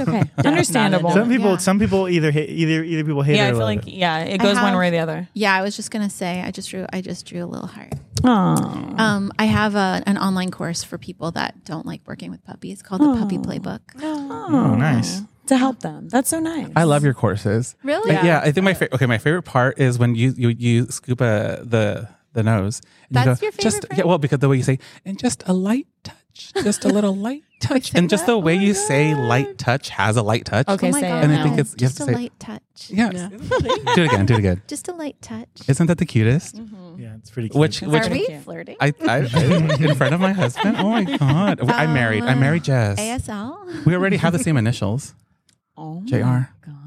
[LAUGHS]
okay. Understandable.
some people,
Yeah.
some people either hate, either either people hate
Yeah,
it
I
or
feel
love
like
it.
yeah, it goes one
have-
way or the other.
Yeah, I was just gonna say. I just drew. I just drew a little heart.
Aww.
Um, I have a, an online course for people that don't like working with puppies called the Puppy [GASPS] Playbook.
Oh, nice.
to help them. That's so nice.
I love your courses.
Really?
Yeah, I think my favorite. Okay, my favorite part is when you you you scoop a, the the nose. and you
That's your favorite
Just
part?
yeah, well, because the way you say and just a light touch, just a
[LAUGHS]
little light touch, and just the
Oh
way you say light touch has a light touch.
Okay, say it
And I
now.
think it's- you have
just
to
a
say-
light touch.
Yeah. do it again. Do it again.
Just a light touch.
Isn't that the cutest?
Yeah, it's pretty. Cute.
Which which
Mm-hmm. Are we
you.
flirting?
I, I, I- in front of my husband. Oh my god! I married. I
Uh,
married Jess.
ASL.
we already have the same initials.
Oh
Jr.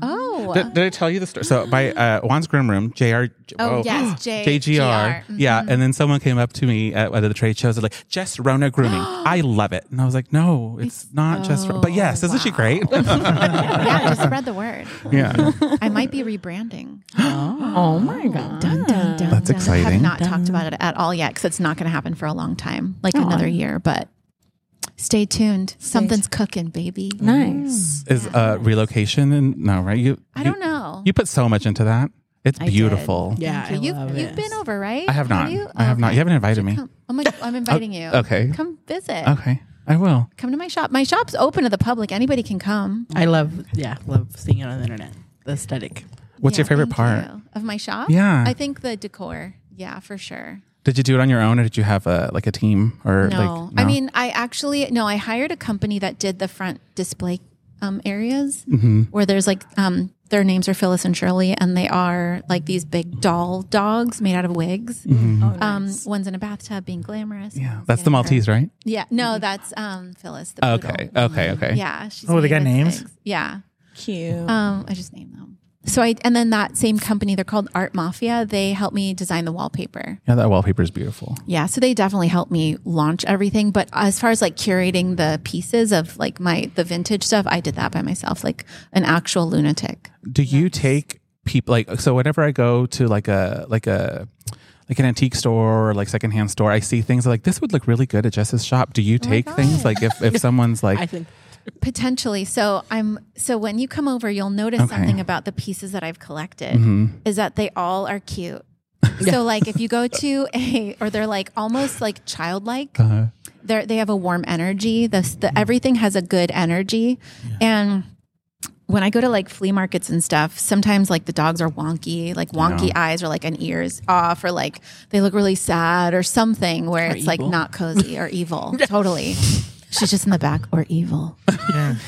Oh,
Did, did I tell you the story? So by uh, Juan's groom room, Jr.
Mm-hmm. Oh,
whoa, [GASPS]
yes, J- Mm-hmm.
JGR.
GR.
Yeah, and then someone came up to me at one of the trade shows and like Jess Rona
[GASPS]
grooming. I love it, and I was like, no, it's, not Jess. Ro- but yes, isn't she great?
Oh, yeah. Just spread the word.
[LAUGHS]
[LAUGHS]
yeah,
I might be rebranding. [LAUGHS]
Oh my god.
Dun, dun, dun,
That's
dun. I
exciting.
have not talked about it at all yet because it's not going to happen for a long time, like another year. But Oh, stay tuned. Something's cooking, baby.
Nice.
is uh, relocation and no right? You
I
you-
don't know.
You put so much into that. It's
did.
beautiful.
yeah, I
Okay, you've
love
you've
it.
been over, right?
I have not.
you?
I have not.
Okay.
You haven't invited me.
Come. Oh my,
[LAUGHS]
I'm inviting you.
okay.
Come visit.
Okay, I will.
Come to my shop. My shop's open to the public. Anybody can come.
I love, yeah, love seeing it on the internet. The aesthetic.
What's
Yeah,
your favorite
thank
part?
you. of my shop?
Yeah.
I think the decor. Yeah, for sure.
Did you do it on your own, or did you have a like a team or
No.
like?
I mean, I actually no. I hired a company that did the front display um, areas
Mm-hmm.
where there's like um, their names are Phyllis and Shirley, and they are like these big doll dogs made out of wigs.
Oh,
um, one's in a bathtub, being glamorous.
Mm-hmm. yeah, that's the Maltese, right?
Yeah, no, that's um, Phyllis. The
Okay, Uh,
poodle.
okay, okay.
Yeah. She's
Oh,
made
they got
with
names?
wigs. Yeah.
Cute.
Um, I just named them. So I and then that same company, they're called Art Mafia. They helped me design the wallpaper.
Yeah, that wallpaper is beautiful.
Yeah, so they definitely helped me launch everything. But as far as like curating the pieces of like my the vintage stuff, I did that by myself, like an actual lunatic.
Do you take people like so whenever I go to like a like a like an antique store or like secondhand store, I see things like this would look really good at Jess's shop. Do
Oh
you take things like if,
[LAUGHS]
if someone's like
I [LAUGHS] think
Potentially. So I'm so when you come over, you'll notice
Okay.
something about the pieces that I've collected is that they all are cute. So like if you go to a or they're like almost like childlike. They they have a warm energy. The, s- the everything has a good energy. And when I go to like flea markets and stuff, sometimes like the dogs are wonky, like wonky eyes or like an ears off or like they look really sad or something where it's like
evil.
not cozy or evil. totally. She's just in the back or evil. [LAUGHS]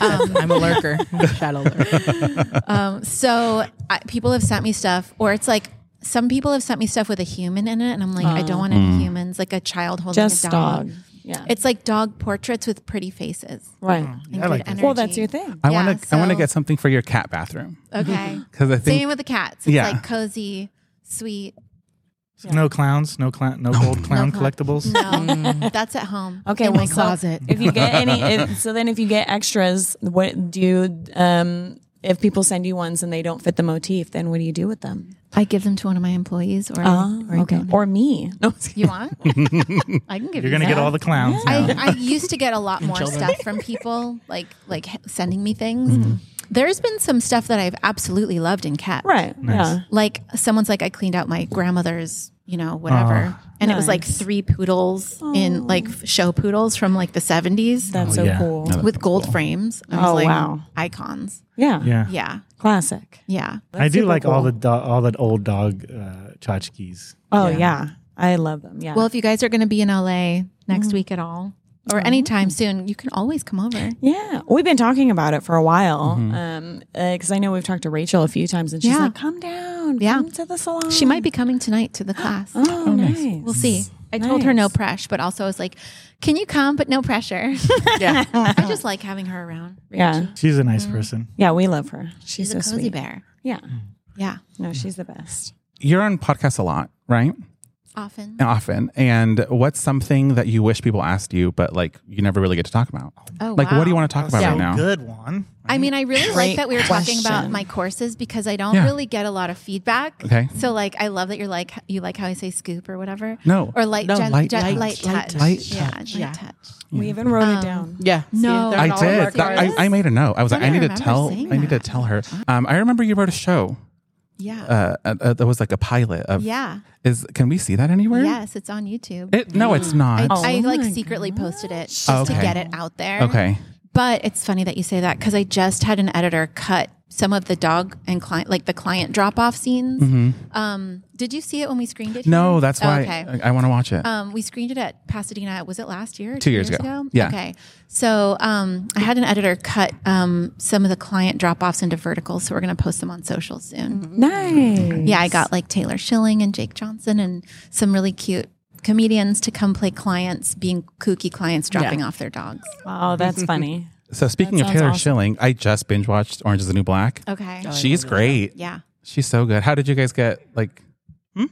Um,
I'm a lurker, I'm a shadow lurker.
So I, people have sent me stuff, or it's like some people have sent me stuff with a human in it, and I'm like, I don't want any humans, like a child holding
Just
a dog.
dog. Yeah.
It's like dog portraits with pretty faces.
right.
and
I like
good
that.
Well, that's
energy.
your thing.
I want to
yeah,
I want to
so-
get something for your cat bathroom
[LAUGHS]
Okay.
because I think
Same with the cats. It's
Yeah.
like cozy,
[LAUGHS]
sweet.
So No clowns, no clown, [LAUGHS] no gold clown
clown.
[LAUGHS]
collectibles.
No, that's at home.
Okay,
in
well,
my
so
closet.
if you get any, if, so then if you get extras, what do you? Um, if people send you ones and they don't fit the motif, then what do you do with them?
I give them to one of my employees, or,
Ah, Oh,
or I don't.
Or me? No,
You
[LAUGHS]
want? I can give
You're
you
gonna get
some.
all the clowns. now.
I, I used to get a
[LAUGHS]
lot more stuff from people, like like h- sending me things. There's been some stuff that I've absolutely loved and kept.
right? Yeah.
Like someone's like, I cleaned out my grandmother's, you know, whatever,
Ah.
and it was like
Nice. Oh.
three poodles in like f- show poodles from like the 70s
Oh, That's so
yeah.
cool.
No,
with gold frames. I was
Oh,
like,
wow.
icons.
Yeah.
yeah.
Yeah,
Classic.
yeah.
I do
super
like all
cool.
the do- all the old dog uh, tchotchkes.
Oh yeah. I love them. Yeah.
Well, if you guys are going to be in LA next week at all or anytime soon, you can always come over.
Mm. yeah, we've been talking about it for a while. Um, because I know we've talked to Rachel a few times, and she's
Mm-hmm. Yeah.
like, "Come down,
Yeah.
come to the salon."
She might be coming tonight to the class.
Oh, nice.
We'll see. I told her no pressure, but also I was like, "Can you come?" But no pressure. [LAUGHS] yeah, I just like having her around.
Yeah.
She's a nice person.
Yeah, we love her. She's,
She's
so
a cozy Mm.
sweet.
bear.
Yeah.
Yeah,
No, she's the best.
you're on podcasts a lot, right?
often.
Often. And what's something that you wish people asked you, but like you never really get to talk about?
Oh,
like
wow.
what do you want to talk about right now?
good one.
I mean, I really like
Great
that we were talking about
question.
my courses because I don't
Yeah.
really get a lot of feedback.
Okay.
So like, I love that you're like you like how I say scoop or whatever.
No.
Or light
No,
gen-
light
gen-
touch.
light, touch.
Light
Yeah,
touch.
light
Yeah.
touch.
We even wrote
Um,
it down.
[LAUGHS] Yeah.
No.
See,
I
they're all
did.
lurkers.
That- I, I made a note. I was like, I
don't
need to
remember
tell.
saying
I need to
that.
tell her. Um, I remember you wrote a show.
Yeah.
Uh, uh, uh, that was like a pilot of.
yeah.
Is can we see that anywhere?
Yes, it's on YouTube.
It, no, it's
I,
not.
I
my
like secretly posted it just
Okay.
to get it out there.
Okay.
But it's funny that you say that because I just had an editor cut some of the dog and client, like the client drop off scenes. Um, did you see it when we screened it?
Mm-hmm. No,
here?
that's
Oh,
why
okay.
I, I want to watch it.
Um, we screened it at Pasadena. Was it last year?
Two years ago. Yeah.
Okay. So um, I had an editor cut um, some of the client drop offs into verticals. So we're going to post them on social soon.
Mm-hmm. Nice.
Yeah, I got like Taylor Schilling and Jake Johnson and some really cute comedians to come play clients, being kooky clients dropping off their dogs.
Wow, that's funny.
so speaking of
sounds
Taylor
awesome.
Schilling, I just binge watched Orange Is the New Black.
Okay.
She's great.
Yeah.
She's so good. How did you guys get like? Hmm?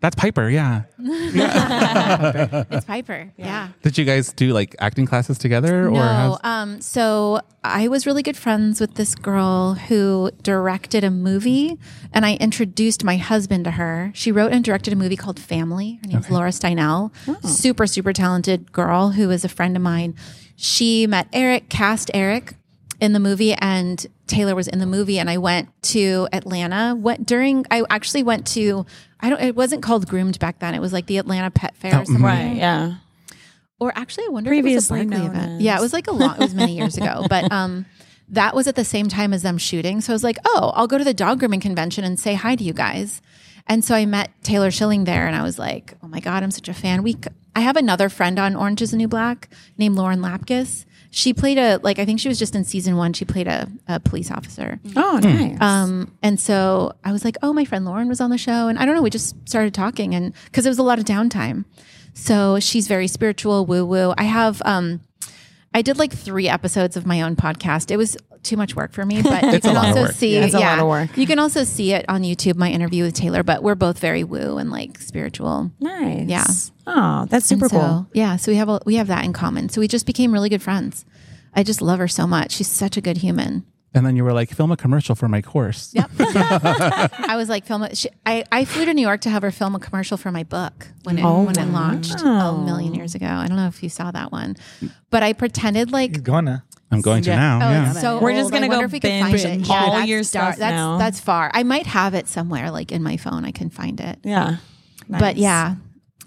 That's Piper. Yeah.
Mm. It's Piper. yeah.
Did you guys do like acting classes together? Or
No,
how's-
um, so I was really good friends with this girl who directed a movie, and I introduced my husband to her. She wrote and directed a movie called Family. Her name's Laura Steinel, super super talented girl who is a friend of mine. She met Eric, cast Eric in the movie, and Taylor was in the movie, and I went to Atlanta. What during? I actually went to. I don't. It wasn't called groomed back then. It was like the Atlanta Pet
Oh, mm-hmm.
Fair. or something
Right. Yeah.
or actually I wonder
Previously
if it was a Barclay
known
event.
as.
Yeah, it was like a long it was many years ago, but um that was at the same time as them shooting. So I was like, "Oh, I'll go to the dog grooming convention and say hi to you guys." And so I met Taylor Schilling there and I was like, "Oh my god, I'm such a fan." We c- I have another friend on Orange is the New Black named Lauren Lapkus. She played a like I think she was just in season 1, she played a, a police officer.
Oh, nice.
Um, and so I was like, oh, my friend Lauren was on the show. And I don't know, we just started talking and because it was a lot of downtime. So she's very spiritual, woo woo. I have, um, I did like three episodes of my own podcast. It was too much work for
[LAUGHS]
me, but you
a
can
lot of
also
work.
see
Yeah, it's a lot of work.
You can also see it on YouTube, my interview with Taylor, but we're both very woo and like spiritual.
Nice.
Yeah.
Oh, that's super
And so,
cool.
Yeah, so we have a, we have that in common. So we just became really good friends. I just love her so much. She's such a good human.
And then you were like, film a commercial for my course. Yep.
I was like, film it. She, I, I flew to New York to have her film a commercial for my book when it,
Oh,
when it launched a million years ago. I don't know if you saw that one, but I pretended like.
He's gonna.
I'm going to
Yeah.
now.
Oh,
yeah.
it's so
We're just
old.
gonna
I wonder
go
if we can find
binge
it. Yeah,
all
that's
your
dar-
stuff
That's
now.
that's far. I might have it somewhere, like in my phone. I can find it.
Yeah.
But yeah,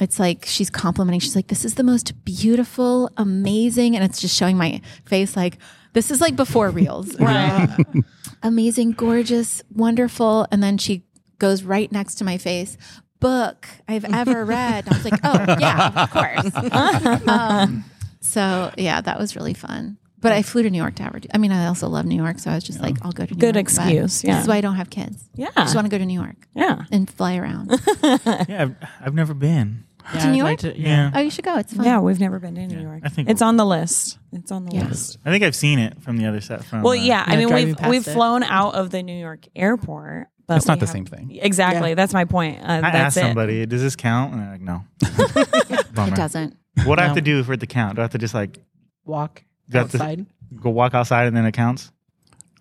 it's like she's complimenting. She's like, "This is the most beautiful, amazing," and it's just showing my face. Like this is like before reels,
[LAUGHS] Right.
[LAUGHS] amazing, gorgeous, wonderful. And then she goes right next to my face. Book I've
[LAUGHS]
ever read. And I was like, oh yeah, of course. um, so yeah, that was really fun. But I flew to New York to have her. do- I mean, I also love New York, so I was just like, I'll go to New
Good
York. but
excuse, yeah.
This is why I don't have kids.
Yeah.
I just want to go to New York
yeah. [LAUGHS]
and fly around.
Yeah, I've, I've never been.
Yeah,
To
I'd
New
like to- yeah.
Yeah.
oh, you should go. It's fun.
Yeah, we've never been to New York.
I think
it's
we'll-
on the list. It's on the
Yeah.
list.
I think I've seen it from the other side. From,
Well,
uh,
yeah. I
Yeah,
mean,
driving
we've
past
we've
it.
flown out of the New York airport, but
It's not
we
the
have-
same thing.
Exactly. That's my point. Uh,
I
that's
asked
it.
somebody, "Does this count?" And they're like, "No."
it doesn't.
What do I have
No.
to do for it to count? Do I have to just like
Walk
That's the-
outside.
go walk outside and then it counts?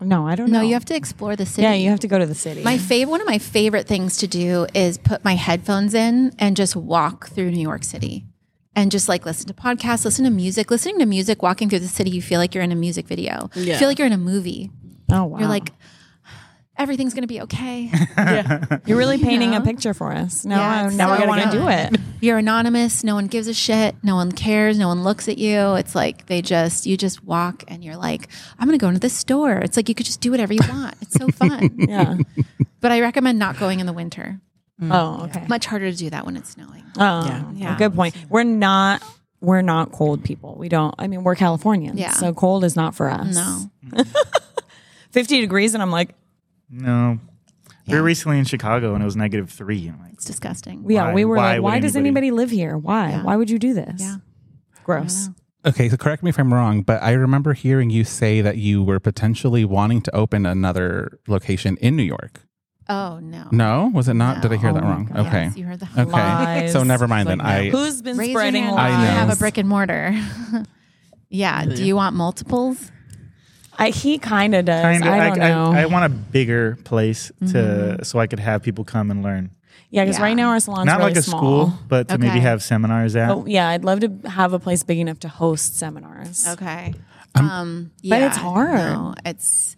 No, I don't know.
No, you have to explore the city.
Yeah, you have to go to the city.
My favorite, one of my favorite things to do is put my headphones in and just walk through New York City, and just like listen to podcasts, listen to music. Listening to music, walking through the city, you feel like you're in a music video. You
Yeah.
feel like you're in a movie.
oh wow.
You're like, [SIGHS] everything's gonna be okay. [LAUGHS]
You're really painting
know?
a picture for us. Now,
Yeah,
I,
it's
now
so
I want to
good.
do it.
you're anonymous. No one gives a shit. No one cares. No one looks at you. It's like they just you just walk and you're like, I'm gonna go into this store. It's like you could just do whatever you want. It's so
[LAUGHS]
fun. [LAUGHS]
Yeah.
but I recommend not going in the winter.
Oh, okay.
Much harder to do that when it's snowing.
Oh,
Yeah.
yeah.
Mm. Yeah.
Good point. We're not we're not cold people. We don't. I mean, we're Californians.
Yeah.
So cold is not for us.
No.
50 degrees, and I'm like,
No. We were recently in Chicago and it was negative three. I'm like,
It's disgusting.
yeah.
Why-
we were
why
like,
would
why does
anybody-
anybody live here? Why?
Yeah.
Why would you do this?
Yeah.
Gross.
Okay, so correct me if I'm wrong, but I remember hearing you say that you were potentially wanting to open another location in New York.
Oh no.
No, was it not? Did I hear that wrong?
Yes,
Okay.
you heard that.
Okay.
Lies.
So never mind then. I
Who's been
Raise your
spreading
hand
lies?
if you have a
lies.
brick and mortar. [LAUGHS] yeah. Do you want multiples?
I, he kind of does.
Kinda,
I don't know. Mm-hmm.
I, want a bigger place to so I could have people come and learn.
yeah, because
Yeah.
right now our salon's
Not
really
like a
small.
school, but to maybe
Okay.
have seminars at.
But yeah, I'd love to have a place big enough to host seminars.
Okay. Um, yeah,
it's hard.
No, it's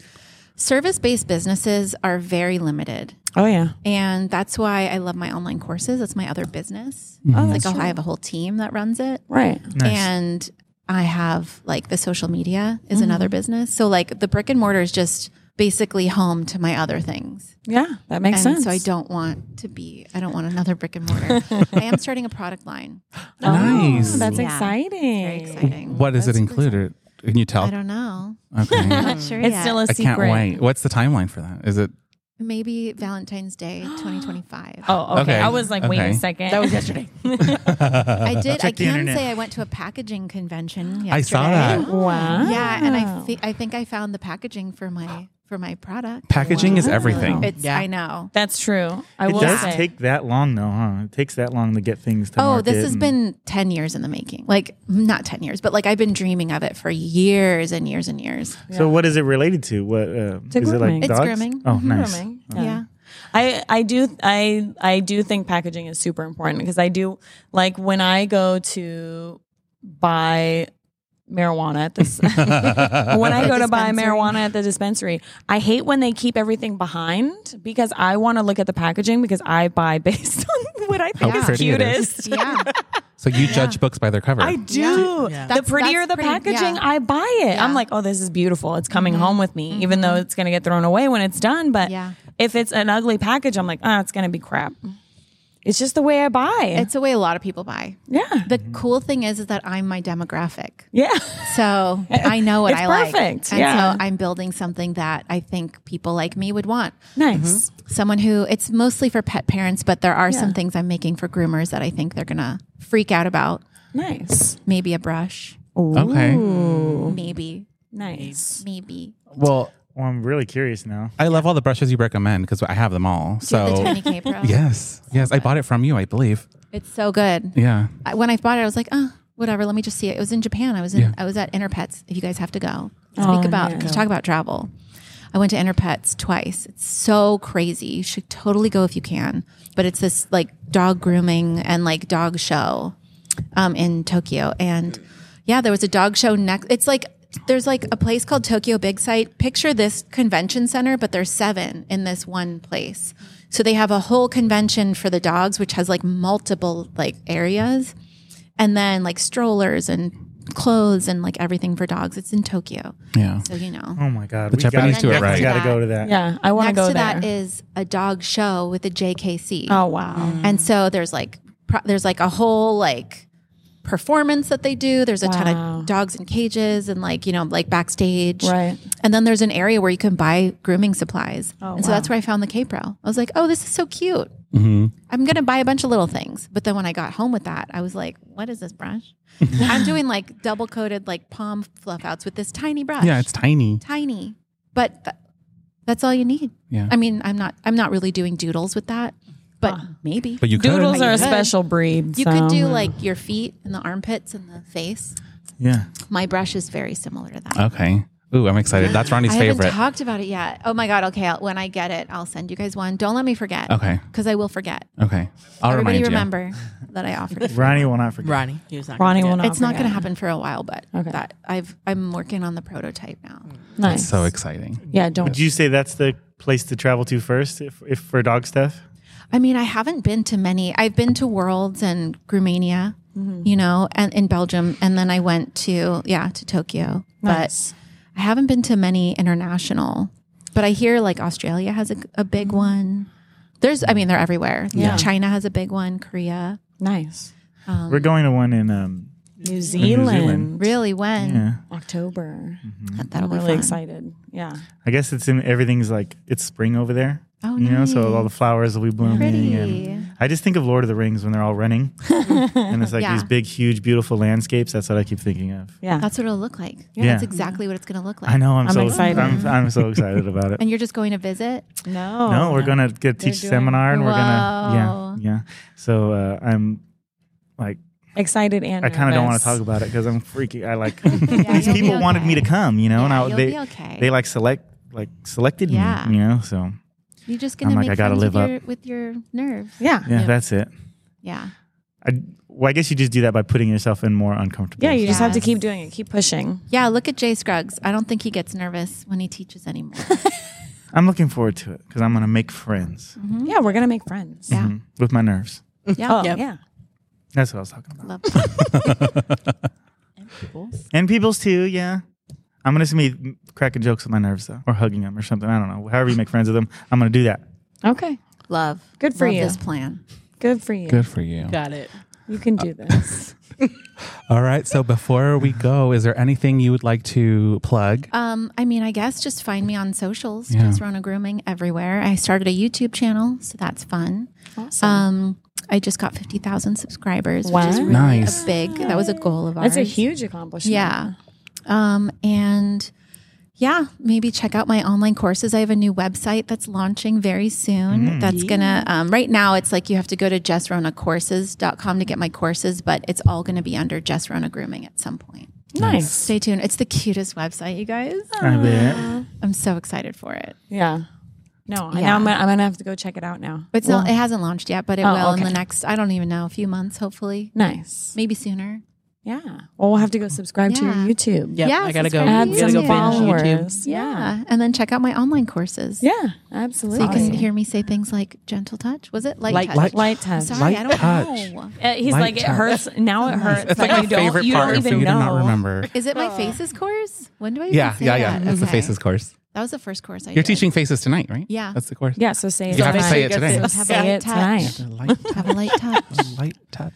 service based businesses are very limited.
Oh yeah.
And that's why I love my online courses. That's my other business.
Mm-hmm.
like I'll- I have a whole team that runs it.
Oh, Right.
And I have like the social media is another business. So like the brick and mortar is just basically home to my other things.
Yeah, that makes
and
sense.
so I don't want to be I don't want another brick and mortar. I am starting a product line.
Oh,
Nice.
That's
Yeah.
exciting.
Very exciting.
What is it included? Can you tell?
I don't know.
Okay.
I'm [LAUGHS] not sure
It's
yet.
still a
I
secret.
can't wait. What's the timeline for that? Is it
Maybe Valentine's Day 2025.
[GASPS] Oh, okay.
Okay.
I was like, wait
Okay.
a second.
That was yesterday.
I did. I
the
can
internet.
say I went to a packaging convention yesterday.
I saw that.
wow.
Yeah, and I thi- I think I found the packaging for my for my product.
Packaging is everything.
It's
Yeah.
I know.
[LAUGHS] That's true. I
it
will
does
say.
take that long though, huh? It takes that long to get things to
Oh,
market.
this has
and-
been 10 years in the making. Like not 10 years, but like I've been dreaming of it for years and years and years.
So what is it related to? What uh,
To
is it
grooming.
like
It's
dogs?
grooming.
Oh, nice.
Mm-hmm. Grooming.
Yeah.
I, I do I I do think packaging is super important because I do like when I go to buy marijuana at this [LAUGHS] when I go to buy
dispensary.
marijuana at the dispensary, I hate when they keep everything behind because I want to look at the packaging because I buy based [LAUGHS] on what I think
How
is
pretty it is.
cutest.
Yeah.
[LAUGHS]
So you judge books by their cover.
I do.
Yeah.
The
That's-
prettier
that's
the
pretty-
packaging,
yeah.
I buy it. I'm
Yeah. Mm-hmm.
like, oh, this is beautiful. It's coming home with me, even though it's going to get thrown away when it's done. But
Yeah.
if it's an ugly package, I'm like, oh, it's going to be crap. It's just the way I buy.
It's a way a lot of people buy.
yeah.
The cool thing is is that I'm my demographic. [LAUGHS]
Yeah. [LAUGHS]
So I know what
It's
I like.
perfect,
And
yeah.
so I'm building something that I think people like me would want.
nice.
someone who it's mostly for pet parents, but there are
Yeah.
some things I'm making for groomers that I think they're gonna freak out about.
Nice.
Maybe a brush.
Okay.
Ooh.
Maybe,
Nice.
maybe.
Well,
Well, I'm really curious now.
I love all the brushes you recommend because I have them all.
The
Oh.
So
Tiny K
[LAUGHS]
Pro.
yes, yes, I bought it from you, I believe.
It's so good.
Yeah.
I, when I bought it, I was like, oh, whatever. Let me just see it. It was in Japan. I was in.
Yeah.
I was at Interpets. If you guys have to go, speak
Oh,
about
yeah.
to talk about travel. I went to Interpets twice. It's so crazy. You should totally go if you can. But it's this like dog grooming and like dog show um, in Tokyo, and yeah, there was a dog show next. It's like there's like a place called Tokyo Big Sight. Picture this convention center, but there's seven in this one place. So they have a whole convention for the dogs, which has like multiple like areas and then like strollers and clothes and like everything for dogs. It's in Tokyo.
Yeah.
So, you know.
Oh my god,
The
we gotta-
Japanese do it
definitely
right.
Gotta go to that.
Yeah, I want to
Next
go
to
there.
that is a dog show with the JKC.
oh wow.
And so there's like pro- there's like a whole like performance that they do. There's a ton
Wow.
of dogs in cages and like, you know, like backstage.
Right.
And then there's an area where you can buy grooming supplies.
Oh,
and so
wow.
that's where I found the K Pro. I was like, "Oh, this is so cute.
hmm
I'm going to buy a bunch of little things." But then when I got home with that, I was like, "What is
[LAUGHS]
this brush?" I'm doing like double-coated like palm fluff outs with this tiny brush.
Yeah, it's tiny.
tiny. But th- that's all you need.
Yeah.
I mean, I'm not I'm not really doing doodles with that, but maybe.
But you could.
Doodles are a
could.
special breed.
You could do
so-
like your feet and the armpits and the face.
Yeah.
My brush is very similar to that.
Okay. Ooh, I'm excited. That's Ronnie's
I
favorite.
haven't talked about it yet. Oh my god! Okay, I'll, when I get it, I'll send you guys one. Don't let me forget.
Okay.
because I will forget.
Okay. I'll
Everybody
remind
remember that I
[LAUGHS]
offered. it.
Ronnie will not forget.
[LAUGHS] Ronnie. He was not
Ronnie
gonna
will
do
not.
it's not going to
forget.
happen for a while, but
Okay.
that I've I'm working on the prototype now.
you.
Nice.
It's so exciting.
yeah, don't.
Would you say that's the place to travel to first, if, if for dog stuff?
I mean, I haven't been to many. I've been to Worlds and Grumania,
Mm-hmm.
you know, and in Belgium, and then I went to yeah to Tokyo.
Nice.
But I haven't been to many international. But I hear like Australia has a, a big one. There's, I mean, they're everywhere.
Mm-hmm. Yeah.
China has a big one. Korea.
nice.
We're going to one in um,
New
Zealand.
Zealand,
Really? When?
yeah.
October.
That- That'll
I'm
be
really
fun.
excited. Yeah.
I guess it's in everything's like it's spring over there.
Oh,
you know, so all the
nice.
flowers will be blooming.
Pretty.
And I just think of Lord of the Rings when they're all
[LAUGHS]
running, and it's like
Yeah.
these big, huge, beautiful landscapes. That's what I keep thinking of.
Yeah.
That's what it'll look like.
Yeah.
That's exactly what it's going to look like.
I know. I'm,
I'm
so
excited.
I'm, I'm so excited about
[LAUGHS]
it.
And you're just going to
[LAUGHS]
visit. Oh,
no.
no, we're gonna get
They're
teach
doing-
seminar, and we're gonna
Wow.
yeah, yeah. So uh, I'm like,
excited and
I kind of don't want
nervous.
to talk about it because I'm freaky. I like [LAUGHS]
you'll
these
be
people wanted me to
okay.
come, you know, and
Yeah,
I,
you'll
they
be okay.
they like select like selected
Yeah.
me, you know. So
you're just going to
I'm like,
make
I gotta
friends
live
with,
up.
Your, with your nerves.
Yeah.
yeah, that's it.
Yeah.
I, well, I guess you just do that by putting yourself in more uncomfortable.
Yeah. You just have to
Yes.
keep doing it. Keep pushing.
Yeah, look at Jay Scruggs. I don't think he gets nervous when he teaches anymore.
I'm looking forward to it because I'm going to make friends
Yeah, we're gonna make friends.
[LAUGHS] Yeah.
Mhm. with my nerves.
Yeah.
Oh,
Yep.
yeah.
That's what I was talking about.
Love that.
And people's too, yeah. I'm going to be cracking jokes with my nerves though, or hugging them or something. I don't know. However you make friends with them, I'm going to do that.
Okay.
[LAUGHS] Love.
Good for
Love
you.
this plan.
Good for you.
Good Uh, for you.
Got it.
You can do this.
All right. So before we go, is there anything you would like to plug?
Um, I mean, I guess just find me on socials,
Yeah.
just Rona Grooming everywhere. I started a YouTube channel, so that's fun. Um, I just got 50,000 subscribers, which is
Wow.
really
Nice.
a big, that was a goal of ours.
That's a huge accomplishment.
Yeah. Um, and yeah, maybe check out my online courses. I have a new website that's launching very soon.
Mm.
That's going to, um, right now, it's like you have to go to jessronacourses.com to get my courses, but it's all going to be under Jess Rona Grooming at some point.
Nice.
Stay tuned. It's the cutest website, you guys.
I bet.
I'm so excited for it.
Yeah. No,
Yeah.
now I'm gonna, I'm gonna have to go check it out now.
But it's not, it hasn't launched yet, but it
Oh,
will in the
okay.
next, I don't even know, a few months, hopefully,
Nice.
maybe sooner.
Yeah. Well, we'll have to go subscribe to your
Yeah.
YouTube.
Yep.
Yeah,
I gotta go.
subscribe
Add
We gotta
some
go
followers.
binge YouTube.
Yeah.
Yeah. And then check out my online courses.
Yeah. Absolutely.
So you can hear me say things like gentle touch. Was it light,
Light
touch?
touch.
light
I'm
touch.
sorry, I don't
touch.
know.
Uh, he's
Light
like, it
touch.
hurts. Now it hurts.
It's like my favorite part for you to not remember.
Is it my faces course? When do I? even
Yeah,
say
yeah, yeah.
That?
It's the
Okay.
faces course.
That was the first course I
You're
did.
teaching faces tonight, right?
Yeah.
That's the course.
Yeah. So say it.
You have to say it
tonight.
today.
So
Have
a
say
light
it
touch.
tonight.
Light touch.
Have a light
[LAUGHS]
touch.
light touch.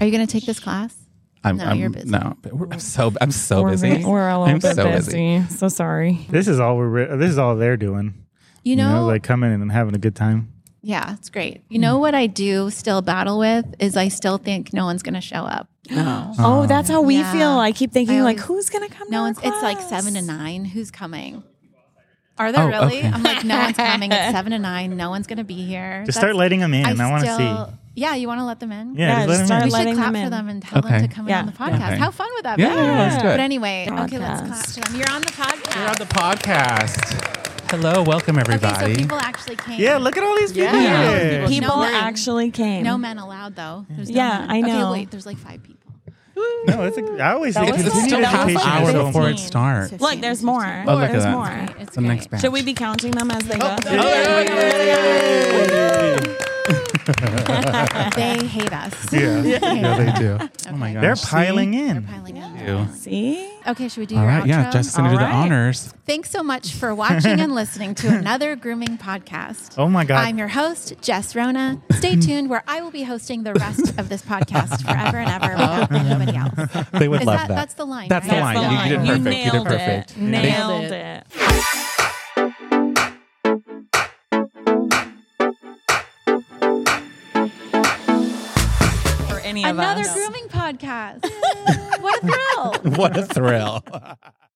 Are you going to take this class?
I'm,
No,
I'm,
you're busy.
No, but we're- I'm so I'm so
We're,
busy.
we're a little
I'm
bit
so
busy. So sorry.
This is all we're. This is all they're doing.
You
You
know,
know, like coming in and having a good time.
Yeah, it's great. You know what I do still battle with is I still think no one's going to show up.
Oh, that's how we
Yeah.
feel. I keep thinking
I
like,
always-
who's gonna come?
No
to our
one's. It's like
class?
seven to nine. Who's coming? Are there
Oh,
really?
okay.
I'm like, no one's coming.
[LAUGHS]
It's seven to nine. No one's going to be here.
Just start letting them in. I, want to see. Yeah,
see. Yeah, you want to let them in?
Yeah,
just let
just
them in.
We
start letting
should clap
them
for
in.
them and tell
Okay.
them to come
Yeah.
in on the podcast.
Okay.
How fun would that be?
Yeah, let's do it.
But anyway, okay, let's clap
Podcast.
to them. You're on the podcast.
We're on the podcast. Hello, welcome everybody.
Okay, so people actually came.
yeah, look at all these people.
Yeah.
here.
People-
People
No men.
actually came.
No men allowed though. There's no
Yeah,
men.
I know.
Okay, wait, there's like five people.
No, it's a, I always think
was
it's
like-
continued
that
education.
was like
half hour
is
before
so
it
important.
starts.
Look, there's more.
Oh, look
there's
at that. Oh,
more.
It's
the
great.
next batch.
Should we be counting them as they go?
They hate us.
Yeah.
Yeah, they
[LAUGHS]
do. Oh my gosh.
They're piling
They're
in.
piling in.
you.
See?
Okay, should we do
All
your
right,
outro?
yeah, Jessica's gonna do the
All right.
honors.
Thanks so much for watching and
[LAUGHS]
listening to another grooming podcast.
Oh my God.
I'm your host, Jess Rona.
[LAUGHS]
Stay tuned where I will be hosting the rest of this podcast forever and ever
Oh,
without anybody else.
They would
Is
love
that-
that. [LAUGHS]
that's the line,
That's
right?
the line.
That's the
You- You,
line.
did perfect. You, did
nailed
perfect.
it. Nailed
Nailed
it. For any of
Another
us.
grooming podcast. what a thrill.
What a thrill.